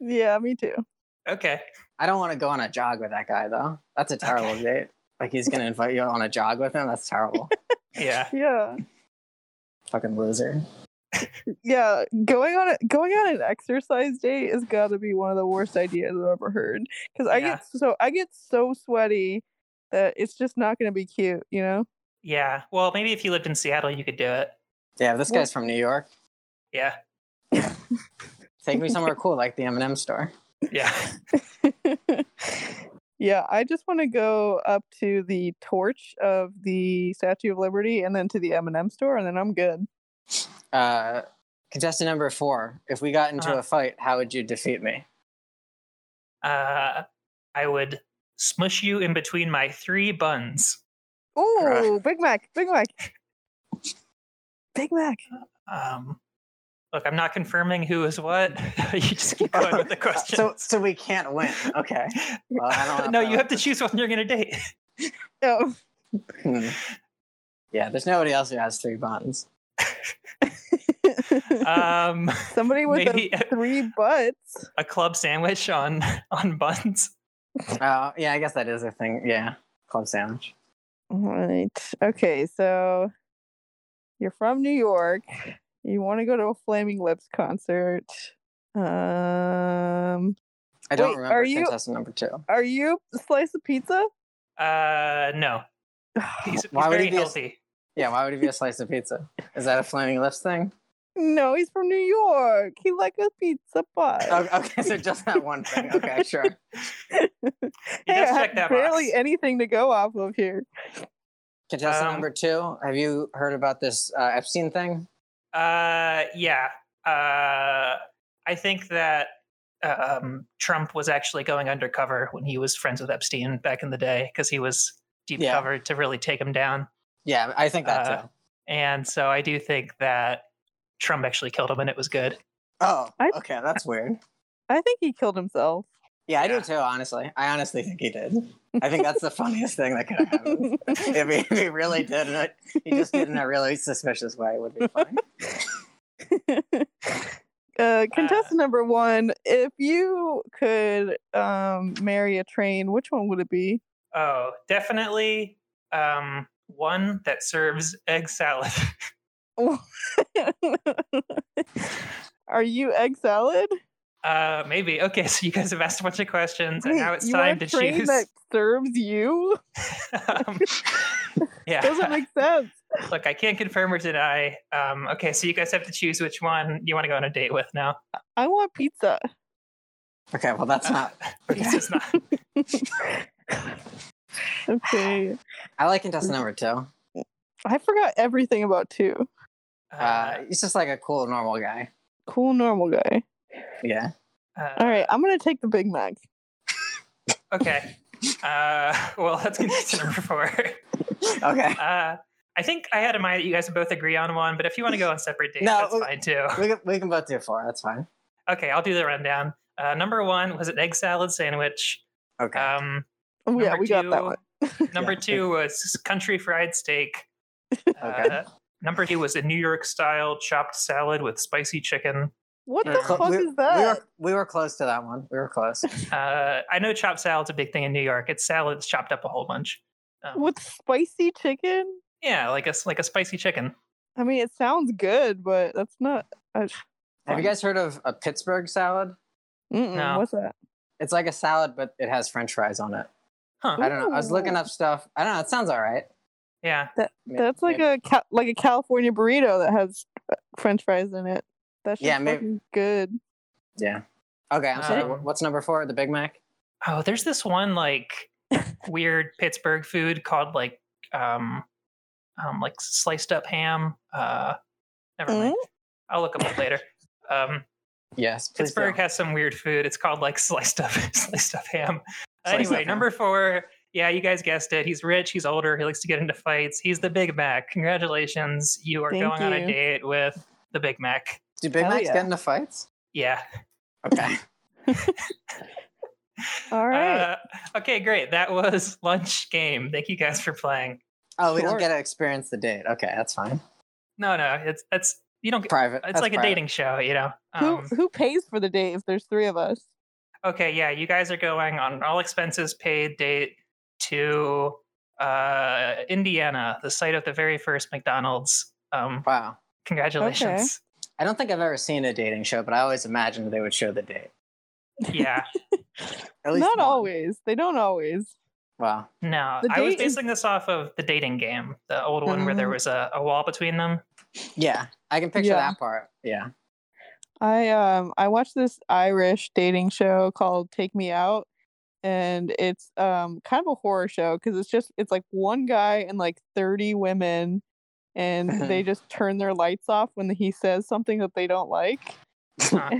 C: Yeah, me too.
A: Okay.
B: I don't want to go on a jog with that guy though. That's a terrible
A: Okay.
B: date. Like he's gonna invite you on a jog with him. That's terrible.
A: Yeah.
C: Yeah,
B: Fucking loser.
C: yeah. Going on a, going on an exercise date has got to be one of the worst ideas I've ever heard. Because I
A: Yeah.
C: get so I get so sweaty that it's just not going to be cute. You know?
A: Yeah. Well, maybe if you lived in Seattle, you could do it.
B: Yeah, this
C: Well-
B: guy's from New York.
A: Yeah.
B: Take me somewhere cool like the M&M store.
A: Yeah.
C: yeah, I just want to go up to the torch of the Statue of Liberty and then to the M&M store, and then I'm good.
B: Uh, contestant number four. If we got into
A: Uh-huh.
B: a fight, how would you defeat me?
A: Uh, I would smush you in between my three buns.
C: Ooh, Big Mac, Big Mac, Big Mac.
A: Um, look, I'm not confirming who is what. you just keep going with the question.
B: Uh, So, so we can't win. Okay. Well, I don't
A: no,
B: know.
A: you have to choose one you're going to date.
C: Oh,
B: Hmm. Yeah, there's nobody else who has three buns.
A: Um,
C: somebody with a
A: maybe a,
C: three butts.
A: a club sandwich on on buns.
B: Uh, yeah, I guess that is a thing. Yeah, club sandwich.
C: All right. Okay, so you're from New York. You want to go to a Flaming Lips concert. Um,
B: I don't
C: Wait,
B: remember
C: are you-
B: contestant number two.
C: are you a slice of pizza?
A: Uh, no, he's, he's
B: Why would
A: very
B: he be a-
A: healthy.
B: Yeah, why would it be a slice of pizza? Is that a flaming lips thing?
C: No, he's from New York. He like a pizza pie.
B: Oh, okay, so just that one thing. Okay, sure.
C: Hey,
A: does
C: I
A: check
C: have
A: that
C: barely
A: box.
C: anything to go off of here.
B: Contestant
A: Um,
B: number two, have you heard about this uh, Epstein thing?
A: Uh, yeah. Uh, I think that um, Trump was actually going undercover when he was friends with Epstein back in the day because he was deep
B: Yeah.
A: covered to really take him down.
B: Yeah, I think that
A: Uh,
B: too.
A: And so I do think that Trump actually killed him and it was good.
B: Oh,
C: I-
B: okay, that's weird.
C: I think he killed himself.
B: Yeah, I
A: Yeah.
B: do too. Honestly, I honestly think he did. I think that's the funniest thing that could have happened. if, he, if he really did, and it, he just did in a really suspicious way, it would be fun.
A: Ah.
C: uh, contestant number one, if you could um, marry a train, which one would it be?
A: Oh, definitely um, one that serves egg salad.
C: Are you egg salad?
A: Uh, maybe. Okay, so you guys have asked a bunch of questions and
C: Wait,
A: now it's
C: you want
A: time to
C: a train
A: choose.
C: that serves you.
A: um, yeah.
C: Doesn't make sense.
A: Look, I can't confirm or deny. Um, okay, so you guys have to choose which one you want to go on a date with now.
C: I want pizza.
B: Okay, well, that's not.
A: This is not.
C: Okay,
B: I like contestant number two.
C: I forgot everything about two.
A: Uh,
B: Uh, he's just like a cool, normal guy.
C: Cool, normal guy.
B: Yeah.
C: All
A: uh,
C: right, I'm gonna take the Big Mac.
A: okay. Uh, well, let's get to number four.
B: Okay.
A: Uh, I think I had in mind that you guys would both agree on one, but if you want to go on separate dates,
B: No,
A: that's
B: we-
A: fine too.
B: We can, we can both do four. That's fine.
A: Okay, I'll do the rundown. Uh, number one was an egg salad sandwich.
B: Okay.
A: Um,
C: Oh, yeah,
A: number
C: we got that
A: two-
C: one.
A: Number
B: Yeah.
A: two was country fried steak. Uh, number two was a New York style chopped salad with spicy chicken.
C: What the
B: We were clo-
C: fuck
B: we-
C: is that?
B: We were, we were close to that one. We were close.
A: Uh, I know chopped salad's a big thing in New York. It's salad that's chopped up a whole bunch. Um,
C: With spicy chicken?
A: Yeah, like a s- like a spicy chicken.
C: I mean, it sounds good, but that's not. I,
B: Have you guys heard of a Pittsburgh salad?
C: mm-mm,
A: No.
C: What's that?
B: It's like a salad, but it has French fries on it.
A: Huh.
B: I don't know. I was looking up stuff. I don't know. It sounds all right.
A: Yeah.
B: May-
C: That's like
B: maybe-
C: a ca- like a California burrito that has uh, French fries in it. That's
B: Yeah,
C: yeah,
B: maybe-
C: fucking good.
B: yeah. Okay, I'm sorry.
A: Um,
B: wh- What's number four? The Big Mac.
A: Oh, there's this one like weird Pittsburgh food called like um um like sliced up ham. Uh never mind. I'll look 'em up later. Um
B: Yes, please do.
A: Pittsburgh has some weird food. It's called like sliced up sliced up ham.
B: Sliced
A: anyway,
B: up ham.
A: number four. Yeah, you guys guessed it. He's rich. He's older. He likes to get into fights. He's the Big Mac. Congratulations, you are
C: Thank
A: going on a
C: you.
A: date with the Big Mac.
B: Do Big
C: Hell
B: Macs
C: yeah.
B: get into fights?
A: Yeah.
B: Okay.
C: All right.
A: Uh, okay, great. That was lunch game. Thank you guys for playing.
B: Oh, we don't
C: Sure.
B: get to experience the date. Okay, that's fine.
A: No, no, it's that's you don't. get
B: Private.
A: It's
B: that's
A: like a
B: private.
A: dating show, you know. Um,
C: who who pays for the date if there's three of us?
A: okay, yeah, you guys are going on an all expenses paid date to uh, Indiana, the site of the very first McDonald's. Um,
B: Wow.
A: congratulations.
B: I don't think I've ever seen a dating show, but I always imagined they would show the date.
A: Yeah,
B: At least
C: Not
B: one.
C: always. They don't always.
B: Wow.
A: no,
C: The
A: I was
C: date is-
A: basing this off of the dating game, the old one where there
C: Mm.
A: was a, a wall between them.
B: Yeah, I can picture
C: Yeah.
B: that part. Yeah.
C: I um I watched this Irish dating show called Take Me Out and it's um kind of a horror show cuz it's just it's like one guy and like 30 women and they just turn their lights off when he says something that they don't like.
A: Huh.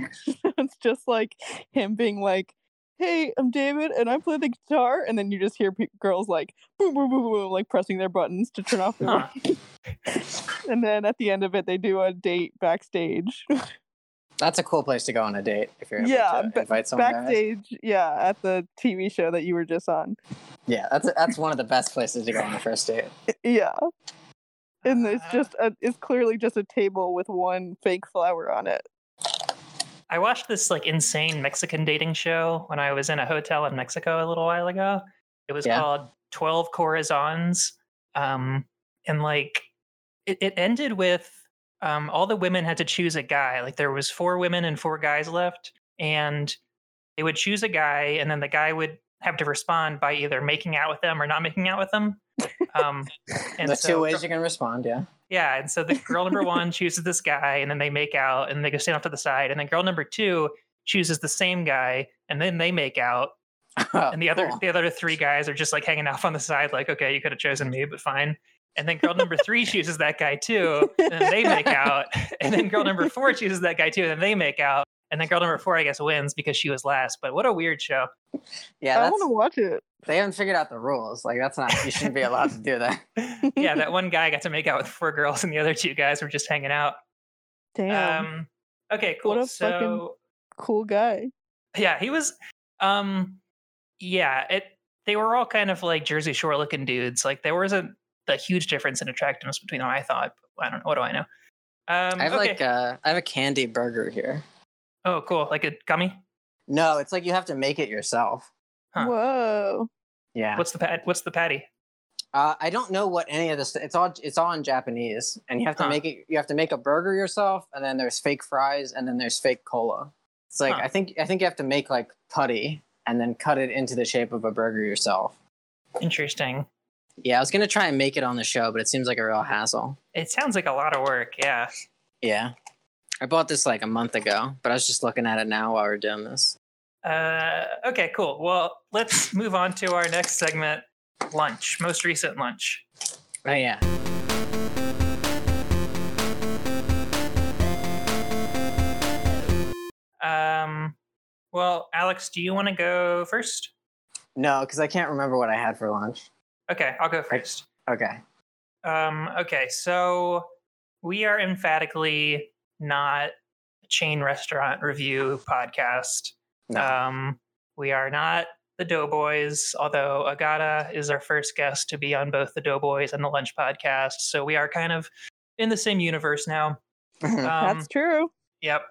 C: it's just like him being like Hey, I'm David, and I play the guitar. And then you just hear pe- girls like boom, boom, boom, boom, like pressing their buttons to turn off the
A: Huh.
C: And then at the end of it, they do a date backstage.
B: That's a cool place to go on a date if you're
C: Yeah,
B: able to
C: ba-
B: invite someone. there.
C: backstage yeah at the tv show that you were just on
B: Yeah, that's that's one of the best places to go on a first date.
C: yeah and it's
A: Uh,
C: just a, it's clearly just a table with one fake flower on it
A: I watched this like insane Mexican dating show when I was in a hotel in Mexico a little while ago. It was
B: Yeah.
A: called Twelve Corazons, um, and like it, it ended with um, all the women had to choose a guy. Like there was four women and four guys left, and they would choose a guy, and then the guy would have to respond by either making out with them or not making out with them. Um, and
B: the
A: so
B: two ways
A: from-
B: you can respond. Yeah.
A: yeah, and so the girl number one chooses this guy, and then they make out, and they go stand off to the side, and then girl number two chooses the same guy, and then they make out, and the other
B: Cool.
A: the other three guys are just like hanging off on the side, like, okay, you could have chosen me, but fine. And then girl number three chooses that guy too. And then they make out. And then girl number four chooses that guy too. And then they make out. And then girl number four, I guess, wins because she was last. But what a weird show.
B: Yeah,
C: I
B: that's,
C: want to watch it.
B: they haven't figured out the rules. Like that's not you shouldn't be allowed to do that.
A: yeah, that one guy got to make out with four girls and the other two guys were just hanging out.
C: Damn,
A: Um, okay,
C: What
A: cool.
C: a
A: so
C: fucking- cool guy.
A: yeah, he was um yeah, it they were all kind of like Jersey Shore looking dudes. Like there wasn't a huge difference in attractiveness between them, I thought. I don't know. What do I know? Um
B: I have
A: okay.
B: like uh, I have a candy burger here.
A: oh cool, like a gummy?
B: No, it's like you have to make it yourself.
A: Huh.
C: Whoa.
B: Yeah.
A: What's the pat what's the patty?
B: Uh, I don't know what any of this. It's all it's all in Japanese, and you have to
A: Huh.
B: make it. You have to make a burger yourself, and then there's fake fries, and then there's fake cola. It's like
A: Huh.
B: I think I think you have to make like putty, and then cut it into the shape of a burger yourself.
A: Interesting.
B: Yeah, I was gonna try and make it on the show, but it seems like a real hassle.
A: It sounds like a lot of work, yeah.
B: Yeah, I bought this like a month ago, but I was just looking at it now while we are doing this.
A: Uh, okay, cool. Well, let's move on to our next segment, lunch, most recent lunch.
B: Oh yeah,
A: Um, well, Alex, do you want to go first?
B: no, because I can't remember what I had for lunch.
A: Okay, I'll go first.
B: Okay,
A: Um, okay, so we are emphatically not a chain restaurant review podcast.
B: No.
A: Um, we are not the Doughboys, although Agata is our first guest to be on both the Doughboys and the Lunch podcast. So we are kind of in the same universe now.
B: Mm,
A: Um,
C: That's true.
A: Yep.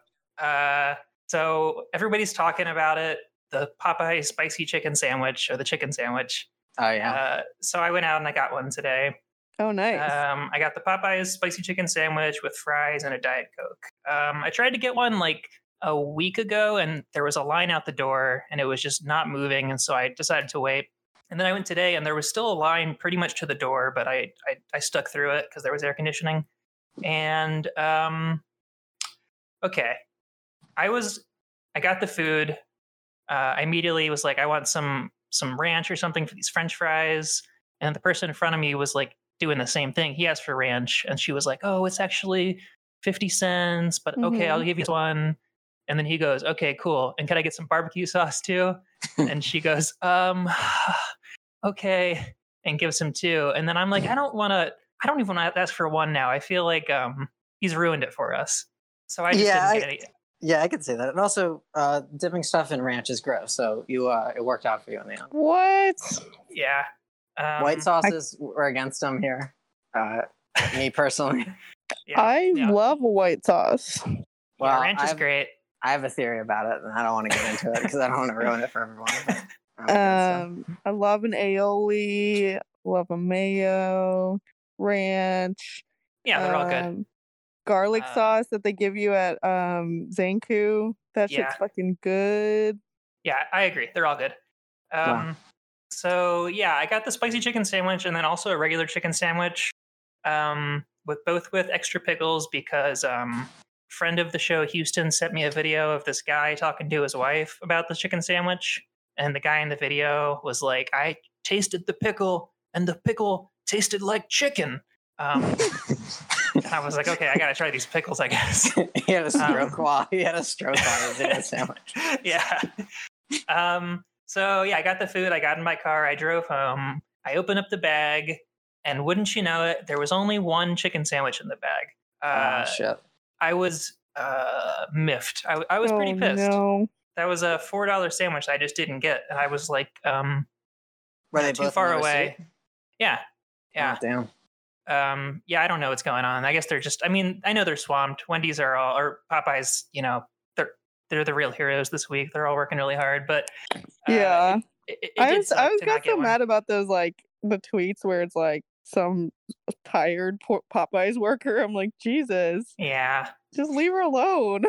A: Uh, so everybody's talking about it. The Popeye spicy chicken sandwich or the chicken sandwich.
B: oh yeah,
A: Uh, so I went out and I got one today.
C: Oh, nice.
A: Um, I got the Popeye's spicy chicken sandwich with fries and a Diet Coke. Um, I tried to get one like a week ago and there was a line out the door and it was just not moving. And so I decided to wait. And then I went today and there was still a line pretty much to the door, but I, I, I stuck through it because there was air conditioning. And um, okay, I was, I got the food. Uh, I immediately was like, I want some some ranch or something for these French fries. And the person in front of me was like doing the same thing. He asked for ranch, and she was like, "Oh, it's actually fifty cents, but okay, I'll give you this one." And then he goes, "Okay, cool. And can I get some barbecue sauce too?" and she goes, "Um, okay," and gives him two. And then I'm like, "I don't want to. I don't even want to ask for one now. I feel like um, he's ruined it for us." So I just
B: Yeah,
A: didn't get it.
B: yeah, I could say that. And also, uh, dipping stuff in ranch is gross, so you uh, it worked out for you in the end.
C: what?
A: Yeah. Um,
B: White sauces were against them here. Uh, me personally,
A: yeah,
C: I
A: yeah.
C: love white sauce.
A: Yeah,
B: Well,
A: ranch is
B: I've-
A: great.
B: I have a theory about it, and I don't want to get into it because I don't want to ruin it for everyone. but I'm against them.
C: Um, I love an aioli. Love a mayo, ranch.
A: Yeah, they're all good.
C: um, Garlic
A: Uh,
C: sauce that they give you at um Zanku. That
A: Yeah.
C: shit's fucking good.
A: Yeah, I agree. They're all good. Um,
B: Wow.
A: So yeah, I got the spicy chicken sandwich and then also a regular chicken sandwich, um, with both with extra pickles because um, friend of the show Houston sent me a video of this guy talking to his wife about the chicken sandwich, and the guy in the video was like, "I tasted the pickle, and the pickle tasted like chicken." Um, and I was like, "Okay, I gotta try these pickles, I guess."
B: he had a stroke
A: um,
B: while he had a stroke while he was eating a sandwich.
A: yeah. Um, so yeah, I got the food, I got in my car, I drove home, I opened up the bag, and wouldn't you know it, there was only one chicken sandwich in the bag. Uh,
B: oh shit!
A: I was uh miffed. I, w- I was pretty
C: Oh,
A: pissed.
C: No.
A: That was a four dollar sandwich I just didn't get. And I was like, um,
B: Were
A: yeah,
B: they
A: too
B: both in
A: far
B: the receipt?
A: away. yeah. Yeah.
B: Oh, damn.
A: Um, yeah, I don't know what's going on. I guess they're just I mean, I know they're swamped. Wendy's are all or Popeyes, you know, they're they're the real heroes this week. They're all working really hard, but uh,
C: yeah.
A: it- it
C: I
A: did
C: was
A: suck
C: I was
A: to
C: got
A: not get
C: so
A: one.
C: mad about those like the tweets where it's like some tired po- Popeyes worker. I'm like Jesus,
A: Yeah.
C: just leave her alone.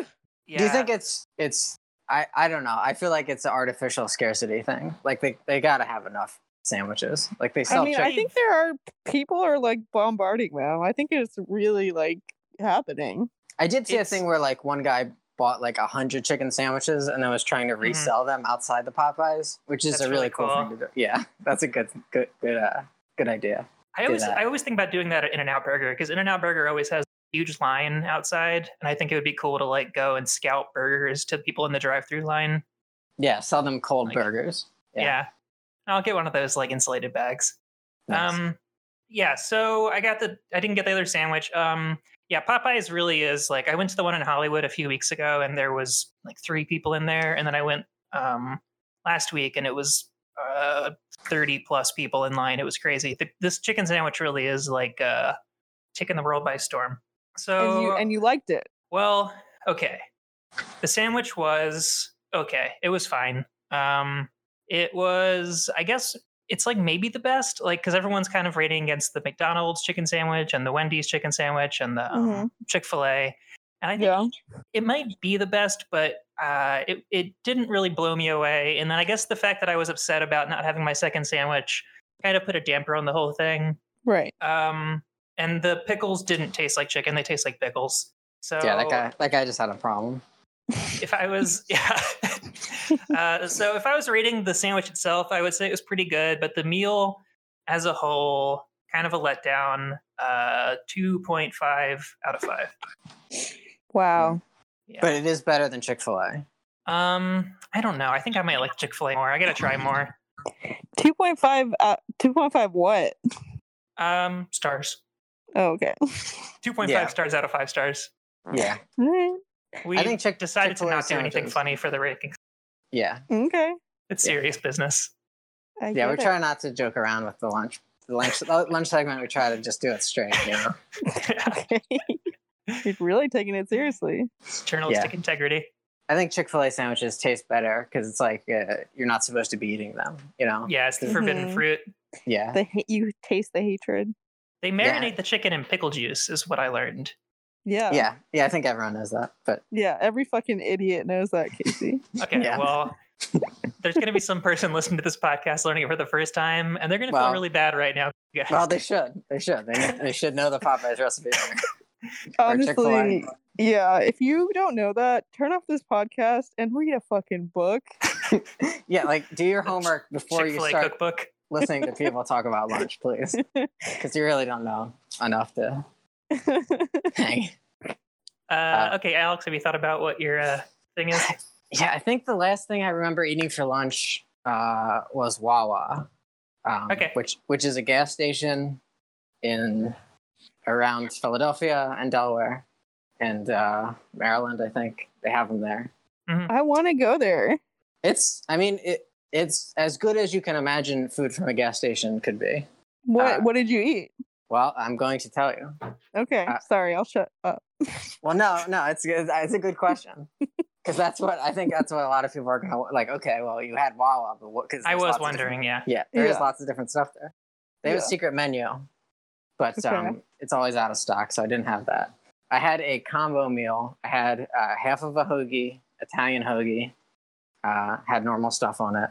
A: Yeah.
B: Do you think it's it's? I I don't know. I feel like it's an artificial scarcity thing. Like they they gotta have enough sandwiches. Like they
C: I
B: sell
C: mean,
B: chicken.
C: I think there are people are like bombarding them. I think it's really like happening.
B: I did see
A: It's-
B: a thing where like one guy bought like a hundred chicken sandwiches and then was trying to resell them outside the Popeyes, which
A: Mm-hmm.
B: is
A: That's
B: a really,
A: really
B: cool,
A: cool.
B: thing to do. Yeah, that's a good, good, good, uh, good idea.
A: I
B: do
A: always
B: that.
A: I always think about doing that at In and Out Burger because In and Out Burger always has a huge line outside, and I think it would be cool to like go and scout burgers to people in the drive-through line.
B: Yeah, sell them cold
A: Like-
B: burgers.
A: Yeah.
B: Yeah.
A: I'll get one of those like insulated bags.
B: Nice.
A: Um, yeah. So I got the I didn't get the other sandwich. Um, yeah, Popeyes really is like I went to the one in Hollywood a few weeks ago, and there was like three people in there, and then I went um last week, and it was uh thirty plus people in line. It was crazy. Th this chicken sandwich really is like uh taking the world by storm. So
C: and you and you liked it.
A: well, okay. The sandwich was okay. It was fine. Um, it was, I guess, it's like maybe the best, like because everyone's kind of rating against the McDonald's chicken sandwich and the Wendy's chicken sandwich and the um,
C: Mhm.
A: Chick Fil A, and I think
C: Yeah.
A: it might be the best, but uh, it it didn't really blow me away. And then I guess the fact that I was upset about not having my second sandwich kind of put a damper on the whole thing.
C: Right.
A: Um, and the pickles didn't taste like chicken; they taste like pickles. So
B: yeah, that guy. That guy just had a problem.
A: if I was, yeah. uh, so if I was rating the sandwich itself, I would say it was pretty good, but the meal as a whole, kind of a letdown. Uh, two point five out of five.
B: Mm.
C: Wow.
A: Yeah.
B: But it is better than Chick Fil A.
A: um, I don't know. I think I might like Chick Fil A more. I gotta try more.
C: Two point five. Uh, two point five. What?
A: Um, stars.
C: Oh, okay.
A: Two point five
B: Yeah.
A: stars out of five stars.
B: Yeah.
C: Alright.
A: We
B: I think Chick-
A: decided to
B: Chick-fil-A
A: not do anything
B: sandwiches-
A: funny for the rating.
B: Yeah.
C: Okay.
A: It's
B: Yeah.
A: serious business.
C: I
B: Yeah. We're
C: get it.
B: trying not to joke around with the lunch. The lunch the lunch segment. We try to just do it straight. You know?
C: You're really taking it seriously.
A: Journalistic integrity.
B: I think Chick Fil A sandwiches taste better because it's like uh, you're not supposed to be eating them. You know.
A: Yeah, it's the forbidden
C: Mhm.
A: fruit.
B: Yeah.
C: The hate you taste the hatred.
A: They
B: Yeah.
A: marinate the chicken in pickle juice, is what I learned. Oh.
C: Yeah.
B: Yeah. Yeah. I think everyone knows that. But
C: Yeah, every fucking idiot knows that, Casey.
A: Okay,
B: Yeah.
A: well, there's going to be some person listening to this podcast learning it for the first time, and they're going to feel
B: Well-
A: really bad right now. you guys.
B: well, they should. They should. They, they should know the Popeyes recipe. Or
C: Honestly,
B: Chick-fil-A.
C: yeah, if you don't know that, turn off this podcast and read a fucking book.
B: yeah. Like do your homework before you
A: Chick-fil-A
B: start
A: cookbook.
B: listening to people talk about lunch, please, because you really don't know enough to hang.
A: Uh, okay, Alex, have you thought about what your uh, thing is?
B: Yeah, I think the last thing I remember eating for lunch uh, was Wawa, um,
A: Okay.
B: which which is a gas station in around Philadelphia and Delaware and uh, Maryland. I think they have them there.
C: I want to go there.
B: It's I mean it it's as good as you can imagine food from a gas station could be.
C: What
B: Uh,
C: What did you eat?
B: Well, I'm going to tell you.
C: Okay,
B: uh,
C: sorry, I'll shut up.
B: Well, no, no, it's it's a good question. Because that's what I think. That's what a lot of people are gonna like. Okay, well, you had Wawa, but what? Because
A: I was wondering, yeah.
B: Yeah, there is
C: Yeah.
B: lots of different stuff there. They have
C: Yeah.
B: a secret menu, but
C: Okay.
B: um, it's always out of stock, so I didn't have that. I had a combo meal. I had uh, half of a hoagie, Italian hoagie, uh, had normal stuff on it,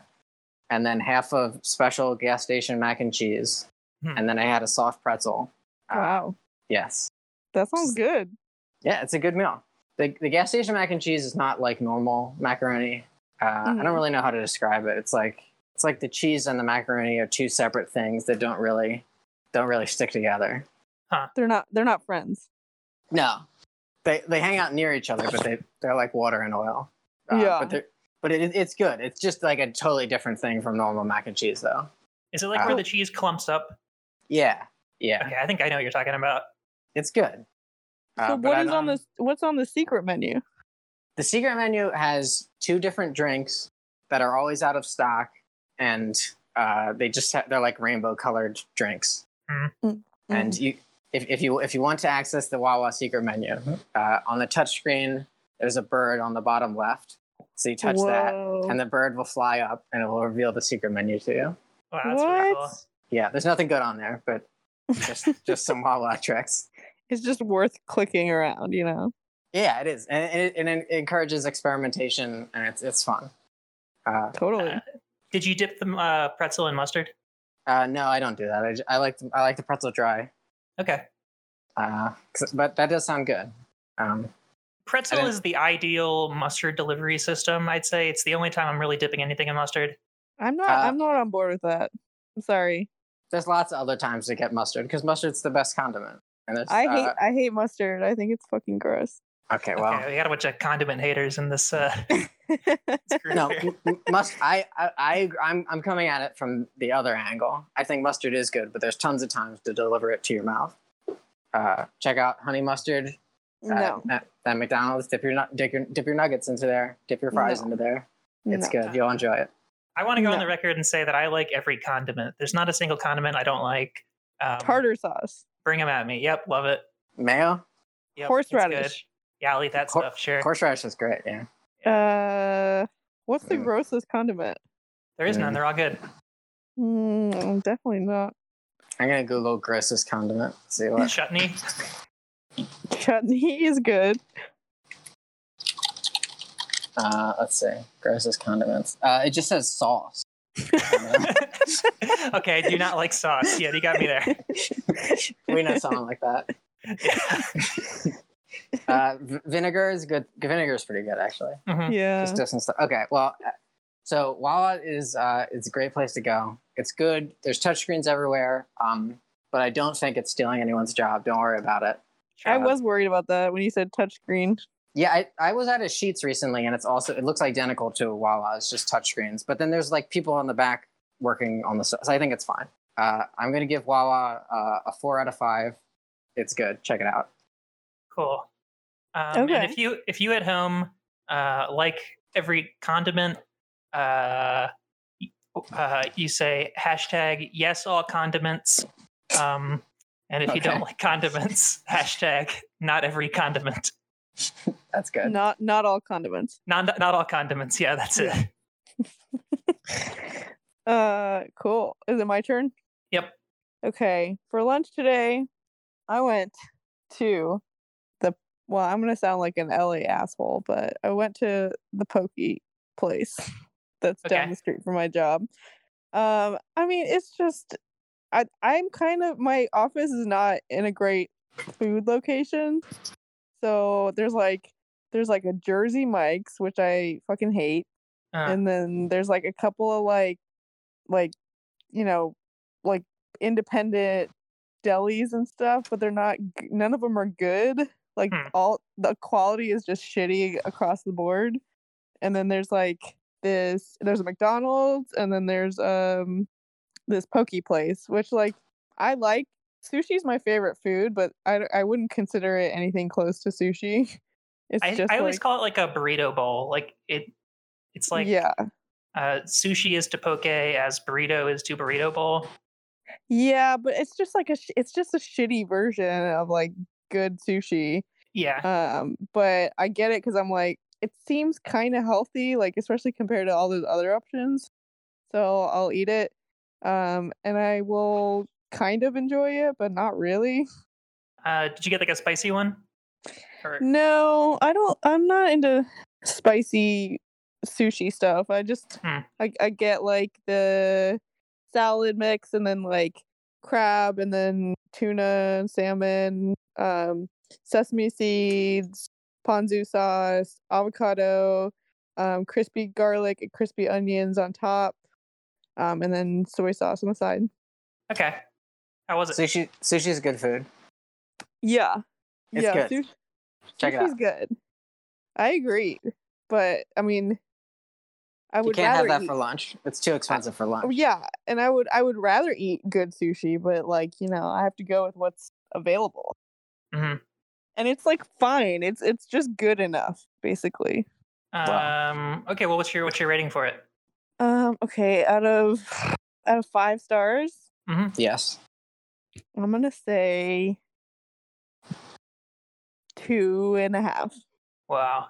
B: and then half of special gas station mac and cheese,
A: Hmm.
B: and then I had a soft pretzel. Uh,
C: Wow,
B: Yes.
C: that sounds good.
B: Yeah, it's a good meal. The, the gas station mac and cheese is not like normal macaroni. Uh, I
C: Mhm.
B: don't really know how to describe it. It's like it's like the cheese and the macaroni are two separate things that don't really don't really stick together.
C: They're not They're not friends.
B: No, they they hang out near each other, but they they're like water and oil. Uh,
C: Yeah.
B: but they're, but it, it's good. It's just like a totally different thing from normal mac and cheese, though.
A: Is it like
B: Uh,
A: where the cheese clumps up?
B: Yeah, yeah,
A: Okay, I think I know what you're talking about.
B: it's good. Uh,
C: so
B: but
C: what
B: I
C: is on
B: don't-
C: the What's on the secret menu?
B: The secret menu has two different drinks that are always out of stock, and uh, they just ha- they're like rainbow colored drinks.
C: Mm-hmm. Mm,
B: And you, if, if you if you want to access the Wawa secret menu, uh, on the touch screen there's a bird on the bottom left, so you touch that, and the bird will fly up and it will reveal the secret menu to you.
A: Wow, that's pretty
C: what?
A: cool.
B: Yeah, there's nothing good on there, but just just some Wawa tricks.
C: It's just worth clicking around, you know.
B: Yeah, it is, and it, and it encourages experimentation, and it's it's fun. Uh,
C: Totally.
A: Did you dip the uh, pretzel in mustard?
B: Uh, no, I don't do that. I, j- I like I like the pretzel dry.
A: Okay.
B: Uh, 'cause- but that does sound good. Um,
A: Pretzel
B: didn't-
A: is the ideal mustard delivery system, I'd say. It's the only time I'm really dipping anything in mustard.
C: I'm not.
B: Uh,
C: I'm not on board with that. I'm sorry.
B: There's lots of other times to get mustard because mustard's the best condiment. And it's,
C: I hate
B: uh,
C: I hate mustard. I think it's fucking gross.
B: Okay, well,
A: okay, we got a bunch of condiment haters in this. Uh, this group
B: no,
A: here.
B: m- m- must I, I I I'm I'm coming at it from the other angle. I think mustard is good, but there's tons of times to deliver it to your mouth. Uh, check out honey mustard. uh,
C: no,
B: At, at McDonald's, dip your, nu- dip your dip your nuggets into there. Dip your fries
C: No.
B: into there. It's
C: no.
B: good. You'll enjoy it.
A: I want to go on
C: No.
A: the record and say that I like every condiment. There's not a single condiment I don't like. Um,
C: Tartar sauce,
A: Bring them at me. Yep, love it.
B: Mayo,
A: Yep, it's good.
C: horseradish.
A: Yeah, I'll eat that
B: Hor-
A: stuff. Sure.
B: horseradish is great. Yeah.
C: Uh, what's the
B: Mm.
C: grossest condiment?
A: there is none. They're all good.
C: Mm, definitely not
B: I'm gonna Google grossest condiment. See what.
A: Chutney.
C: chutney. Is good.
B: Uh, let's see. Grossest condiments. Uh, it just says sauce.
A: okay, I do not like sauce. Yeah, you got me there.
B: we know someone like that.
A: Yeah.
B: Uh, v- vinegar is good. Vinegar is pretty good actually.
A: Mhm.
C: Yeah,
B: Just doesn't stop. Okay, well, uh, so Wawa is uh, it's a great place to go. It's good. There's touchscreens everywhere. Um, but I don't think it's stealing anyone's job. Don't worry about it.
C: I
B: uh,
C: was worried about that when you said touchscreen.
B: Yeah, I, I was at a Sheets recently, and it's also it looks identical to Wawa. It's just touchscreens, but then there's like people on the back working on the. So so I think it's fine. Uh, I'm gonna give Wawa uh, a four out of five. It's good. Check it out.
A: Cool. Um,
C: Okay.
A: And if you if you at home uh, like every condiment, uh, y- uh, you say hashtag yes all condiments. Um, and if you don't
B: Okay.
A: like condiments, hashtag not every condiment.
B: That's good.
C: Not not all condiments.
A: Not not all condiments. Yeah, that's it.
C: Uh, cool. Is it my turn?
A: Yep.
C: Okay. For lunch today, I went to the well, I'm gonna sound like an LA asshole, but I went to the pokey place that's down
A: Okay.
C: the street from my job. Um, I mean, it's just I I'm kind of my office is not in a great food location. So there's like there's like a Jersey Mike's, which I fucking hate
A: Uh,
C: and then there's like a couple of like like you know like independent delis and stuff but they're not g- none of them are good like
A: Hmm.
C: all the quality is just shitty across the board and then there's like this there's a mcdonald's and then there's um this pokey place which like i like sushi's my favorite food but i, d- I wouldn't consider it anything close to sushi it's
A: I,
C: just
A: I always
C: like-
A: call it like a burrito bowl. Like it, it's like
C: yeah
A: uh, sushi is to poke as burrito is to burrito bowl.
C: Yeah, but it's just like a sh- it's just a shitty version of like good sushi.
A: Yeah,
C: Um, but I get it cuz I'm like it seems kind of healthy like especially compared to all those other options. So I'll eat it. Um, and I will kind of enjoy it, but not really.
A: Uh, did you get like a spicy one? Or,
C: No, I don't I'm not into spicy sushi stuff. I just
A: Hmm.
C: I I get like the salad mix and then like crab and then tuna, salmon, um sesame seeds, ponzu sauce, avocado, um crispy garlic and crispy onions on top. Um and then soy sauce on the side.
A: okay, how was it?
B: Sushi sushi is good food.
C: Yeah.
B: It's
C: yeah,
B: good.
C: sushi-
B: Check it
C: Sushi's good. I agree, but I mean, I
B: You
C: would
B: can't have
C: rather
B: that
C: eat,
B: for lunch. It's too expensive for lunch.
C: yeah, and I would I would rather eat good sushi, but like you know, I have to go with what's available,
B: Mm-hmm.
A: Mhm.
C: and it's like fine. It's it's just good enough, basically.
B: Wow.
A: Um, okay, well, what's your what's your rating for it?
C: Um. Okay. Out of out of five stars,
B: Yes.
C: I'm gonna say two and a half.
A: Wow,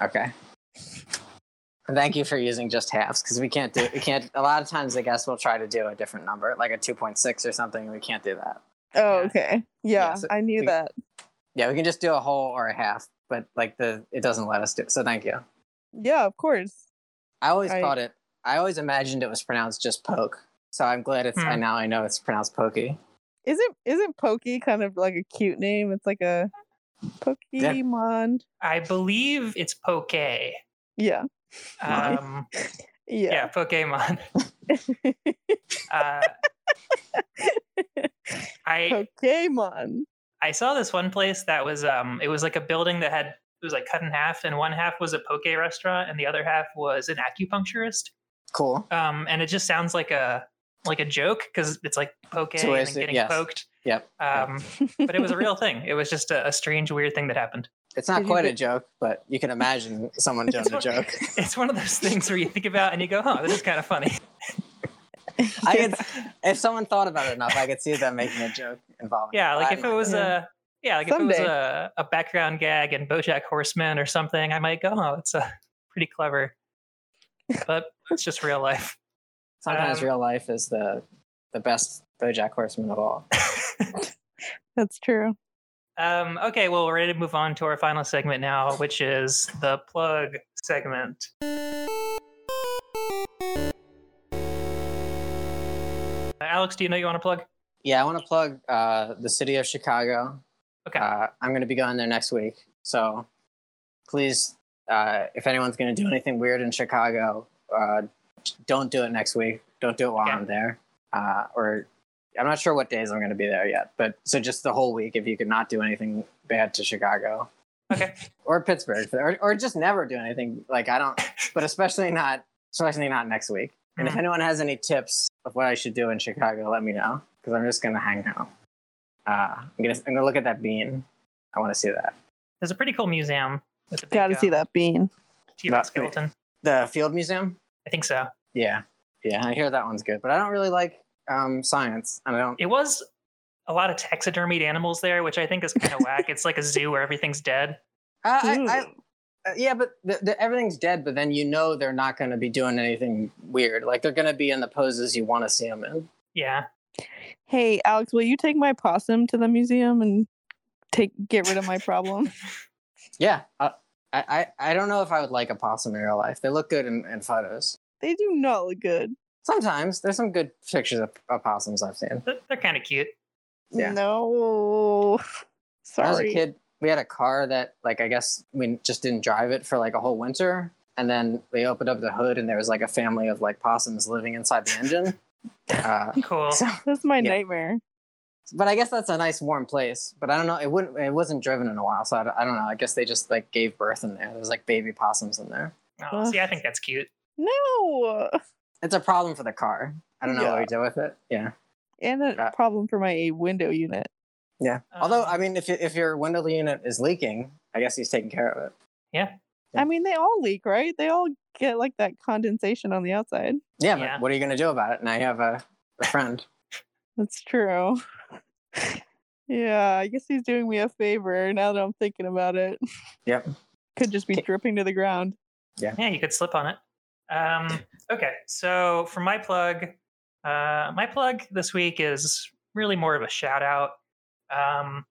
B: Okay. Thank you for using just halves because we can't do we can't a lot of times I guess we'll try to do a different number, like a two point six or something, and we can't do that.
C: Oh,
A: Yeah.
C: okay. Yeah,
B: Yeah, so-
C: I knew
B: so-
C: that.
B: Yeah, we can just do a whole or a half, but like the it doesn't let us do so thank you.
C: Yeah, of course.
B: I always
C: I-
B: thought it I always imagined it was pronounced just poke. So I'm glad it's I
A: Hmm.
B: now I know it's pronounced pokey.
C: Isn't isn't Pokey kind of like a cute name? It's like a Pokemon.
A: I believe it's poke.
C: Yeah.
A: Um,
C: Yeah.
A: yeah, Pokemon. uh, I
C: Pokemon.
A: I saw this one place that was um it was like a building that had it was like cut in half and one half was a poke restaurant and the other half was an acupuncturist.
B: Cool.
A: Um and it just sounds like a like a joke because it's like poke
B: It's
A: and then
B: always-
A: getting
B: yes.
A: poked.
B: Yep.
A: Um but it was a real thing. It was just a, a strange weird thing that happened.
B: It's not
C: Did you
B: quite a
C: get-
B: joke, but you can imagine someone
A: It's
B: doing a
A: what-
B: joke.
A: It's one of those things where you think about and you go, "Huh, this is kind of funny."
B: I could, if someone thought about it enough, I could see them making a joke involving.
A: Yeah, like
B: I-
A: if it was
C: Yeah.
A: a yeah, like if it was
C: Someday.
A: a, a background gag in BoJack Horseman or something, I might go, "Oh, it's a pretty clever." But it's just real life.
B: sometimes
A: um,
B: real life is the the best BoJack Horseman of all.
C: That's true.
A: Um, okay, well, we're ready to move on to our final segment now, which is the plug segment. Alex, do you know you want to plug?
B: Yeah, I want to plug uh, the city of Chicago.
A: Okay.
B: Uh, I'm going to be going there next week, so please, uh, if anyone's going to do anything weird in Chicago, uh, don't do it next week. Don't do it while
A: Okay.
B: I'm there, uh, or I'm not sure what days I'm going to be there yet. But so just the whole week, if you could not do anything bad to Chicago,
A: Okay.
B: or Pittsburgh, or, or just never do anything. Like I don't, but especially not, especially not next week. And if
A: Mhm.
B: anyone has any tips of what I should do in Chicago, let me know because I'm just gonna hang out. Uh, I'm gonna, I'm gonna look at that bean. I want to see that
A: There's a pretty cool museum. With a big,
C: Gotta see
A: uh,
C: that bean.
A: T-Rex
B: Not me.
A: skeleton.
B: the Field Museum.
A: I think so.
B: Yeah, yeah, I hear that one's good, but I don't really like um, science, and I don't.
A: It was a lot of taxidermied animals there, which I think is kind of whack. It's like a zoo where everything's dead.
B: I, I, I, Uh, yeah, but the, the, everything's dead. But then you know they're not going to be doing anything weird. Like they're going to be in the poses you want to see them in.
A: Yeah.
C: Hey, Alex, will you take my possum to the museum and take get rid of my problem?
B: Yeah, uh, I, I I don't know if I would like a possum in real life. They look good in, in photos.
C: they do not look good.
B: Sometimes there's some good pictures of, of possums I've seen.
A: They're, they're kind of cute.
B: Yeah. When
C: No.
B: I was a
C: Sorry.
B: kid, we had a car that like I guess we just didn't drive it for like a whole winter, and then they opened up the hood and there was like a family of like possums living inside the engine. Uh,
A: Cool.
B: so,
C: That's my
B: Yeah.
C: nightmare.
B: but I guess that's a nice warm place. But I don't know. It wouldn't. It wasn't driven in a while, so I, don't- I don't know. I guess they just like gave birth in there. There's like baby possums in there.
A: Oh, see, I think that's cute.
C: No.
B: It's a problem for the car. I don't know what
C: Yeah.
B: we did with it. Yeah.
C: And a
B: Uh,
C: problem for my window unit.
B: Yeah. Although,
A: Um,
B: I mean, if you, if your window unit is leaking, I guess he's taking care of it. yeah.
C: I mean, they all leak, right? They all get like that condensation on the outside.
B: Yeah,
A: Yeah.
B: but what are you going to do about it? Now you have a, a friend.
C: That's true. yeah, I guess he's doing me a favor now that I'm thinking about it.
B: Yep.
C: Could just be
B: Okay.
C: dripping to the ground.
A: Yeah, you could slip on it. Um, okay, so for my plug, uh, my plug this week is really more of a shout out. Um,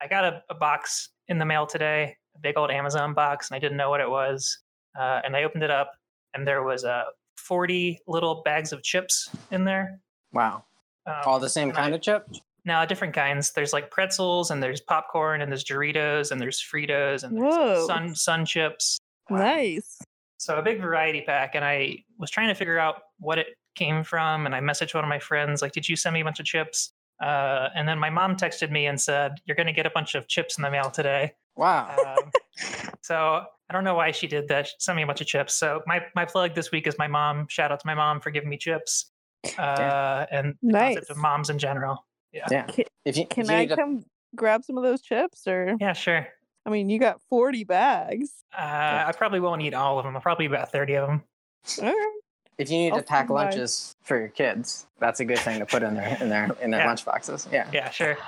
A: I got a, a box in the mail today, a big old Amazon box, and I didn't know what it was. Uh, and I opened it up, and there was uh, 40 little bags of chips in there.
B: Wow.
A: Um,
B: All the same
A: and I-
B: kind of chip?
A: No, different kinds. There's like pretzels, and there's popcorn, and there's Doritos, and there's Fritos, and there's uh,
C: Whoa.
A: sun sun chips.
B: Wow.
C: Nice.
A: So a big variety pack, and I was trying to figure out what it came from, and I messaged one of my friends like, "Did you send me a bunch of chips?" Uh, and then my mom texted me and said, "You're going to get a bunch of chips in the mail today."
B: Wow.
A: Um, so I don't know why she did that. She sent me a bunch of chips. So my my plug this week is my mom. Shout out to my mom for giving me chips uh, and the concept of
C: Nice.
A: moms in general.
B: Yeah.
C: Uh, Can-
B: If you, if
C: Can
B: you
C: I
B: need a-
C: come grab some of those chips? Or
A: Yeah, sure.
C: I mean, you got forty bags.
A: Uh, I probably won't eat all of them. I'll probably eat about thirty of them.
C: All right.
B: if you need
C: I'll
B: to pack
C: come by.
B: lunches for your kids, that's a good thing to put in their in their in their
A: Yeah.
B: lunch boxes. Yeah.
A: Yeah, sure.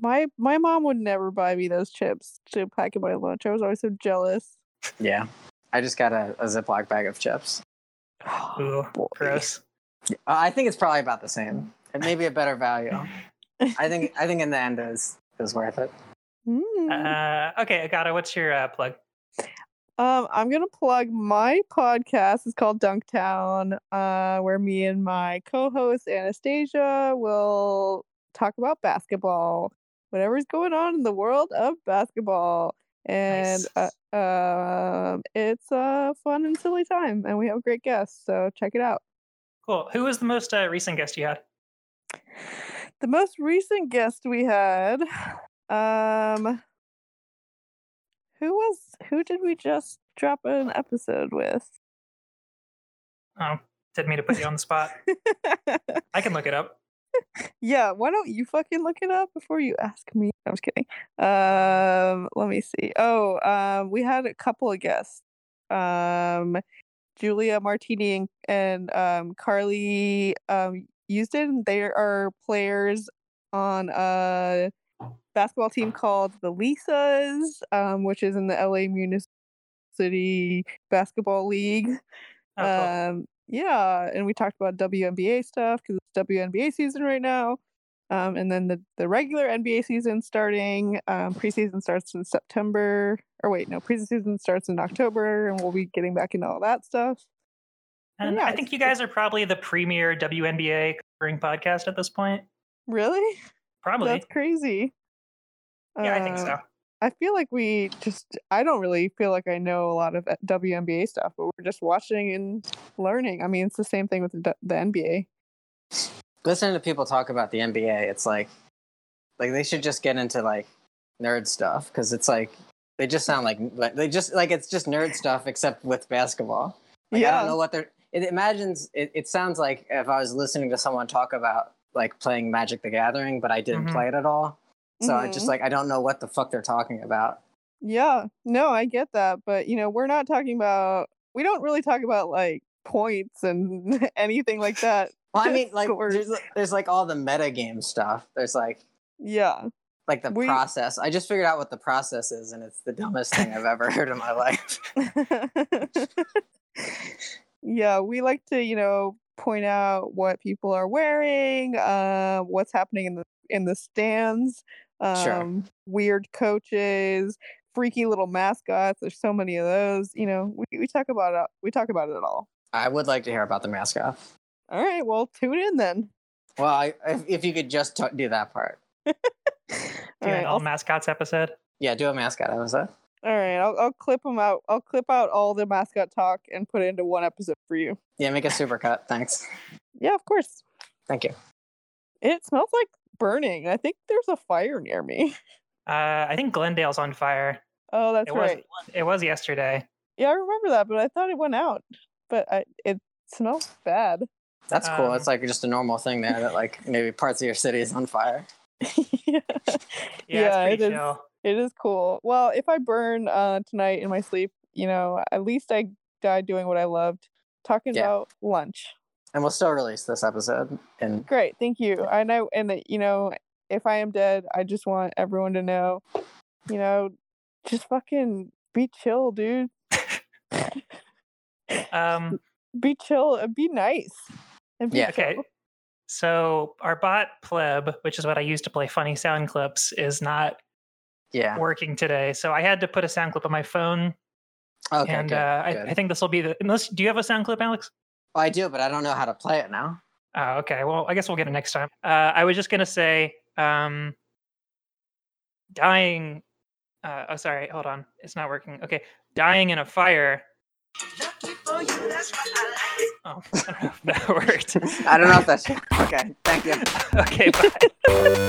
C: My my mom would never buy me those chips to pack in my lunch. I was always so jealous.
B: Yeah. I just got a, a Ziploc bag of chips.
A: Ooh,
C: Boy.
A: gross.
B: Uh, I think it's probably about the same. It may be a better value. I think I think in the end is is worth it.
C: Mm.
A: Uh, okay, Agata, what's your uh, plug?
C: Um, I'm gonna plug my podcast. It's called Dunktown, uh, where me and my co-host Anastasia will talk about basketball, whatever's going on in the world of basketball, and
A: Nice.
C: uh, um, it's a fun and silly time, and we have great guests. So check it out.
A: Cool. Who was the most uh, recent guest you had?
C: The most recent guest we had, um, who was who did we just drop an episode with?
A: Oh, didn't mean to put you on the spot. I can look it up.
C: yeah, why don't you fucking look it up before you ask me? I was kidding. Um, let me see. Oh, um, we had a couple of guests. Um, Julia Martini and, and um, Carly um, Houston. They are players on a basketball team called the Lisas, um, which is in the LA Municipal City Basketball League.
A: Oh, cool.
C: Um, yeah, and we talked about WNBA stuff because it's WNBA season right now. Um, and then the, the regular NBA season starting. Um, preseason starts in September. Or wait, no, preseason starts in October, and we'll be getting back into all that stuff.
A: and
C: yeah,
A: I think
C: it's-
A: you guys are probably the premier WNBA covering podcast at this point.
C: Really?
A: Probably.
C: That's crazy.
A: yeah, I think
C: Uh,
A: so.
C: I feel like we just, I don't really feel like I know a lot of uh, WNBA stuff, but we're just watching and learning. I mean, it's the same thing with the, the NBA.
B: Listening to people talk about the NBA, it's like, like they should just get into like nerd stuff because it's like they just sound like like, they just like it's just nerd stuff except with basketball. Like, I don't know what they're. It imagines. It, it sounds like if I was listening to someone talk about like playing Magic the Gathering, but I didn't
A: Mhm.
B: play it at all. So I
C: Mhm.
B: just like I don't know what the fuck they're talking about.
C: Yeah, no, I get that, but you know, we're not talking about we don't really talk about like points and anything like that.
B: Well, I mean, like
C: Scores.
B: there's, there's like all the metagame stuff. There's like
C: Yeah.
B: like the
C: We-
B: process. I just figured out what the process is, and it's the dumbest thing I've ever heard in my life.
C: yeah, we like to, you know, point out what people are wearing, uh, what's happening in the in the stands, um,
B: Sure.
C: weird coaches, freaky little mascots. There's so many of those, you know. We we talk about it, we talk about it all.
B: I would like to hear about the mascot.
C: All right, well, tune in then.
B: Well, I, if, if you could just ta- do that part,
A: Do
C: All right,
A: an all mascots episode.
B: yeah, do a mascot episode.
C: All right, I'll, I'll clip them out. I'll clip out all the mascot talk and put it into one episode for you.
B: Yeah, make a super cut. Thanks.
C: Yeah, of course.
B: Thank you.
C: It smells like burning. I think there's a fire near me.
A: Uh, I think Glendale's on fire.
C: Oh, that's
A: it was
C: right.
A: it was yesterday.
C: Yeah, I remember that, but I thought it went out. But I, it smells bad.
B: That's cool.
A: Um,
B: it's like just a normal thing there that like maybe parts of your city is on fire.
C: yeah,
A: Yeah,
C: Yeah,
A: it's
C: it
A: pretty
C: is.
A: chill.
C: it is cool. Well, if I burn uh, tonight in my sleep, you know, at least I died doing what I loved, talking
B: Yeah.
C: about lunch.
B: And we'll still release this episode. And
C: Great, thank you. I know, and that you know, if I am dead, I just want everyone to know, you know, just fucking be chill, dude.
A: Um,
C: Be chill and be nice. And be
B: Yeah.
A: okay.
C: chill.
A: So our bot pleb, which is what I use to play funny sound clips, is not
B: yeah,
A: working today. So I had to put a sound clip on my phone,
B: okay.
A: and
B: good,
A: uh, I,
B: good.
A: I think this will be the. Unless, do you have a sound clip, Alex?
B: Well, I do, but I don't know how to play it now.
A: Oh, okay. Well, I guess we'll get it next time. Uh, I was just gonna say, um, dying. Uh, oh, sorry. Hold on. It's not working. Okay, dying in a fire. Oh, I don't know if that worked.
B: I don't know if that's okay. Thank you.
A: okay, bye.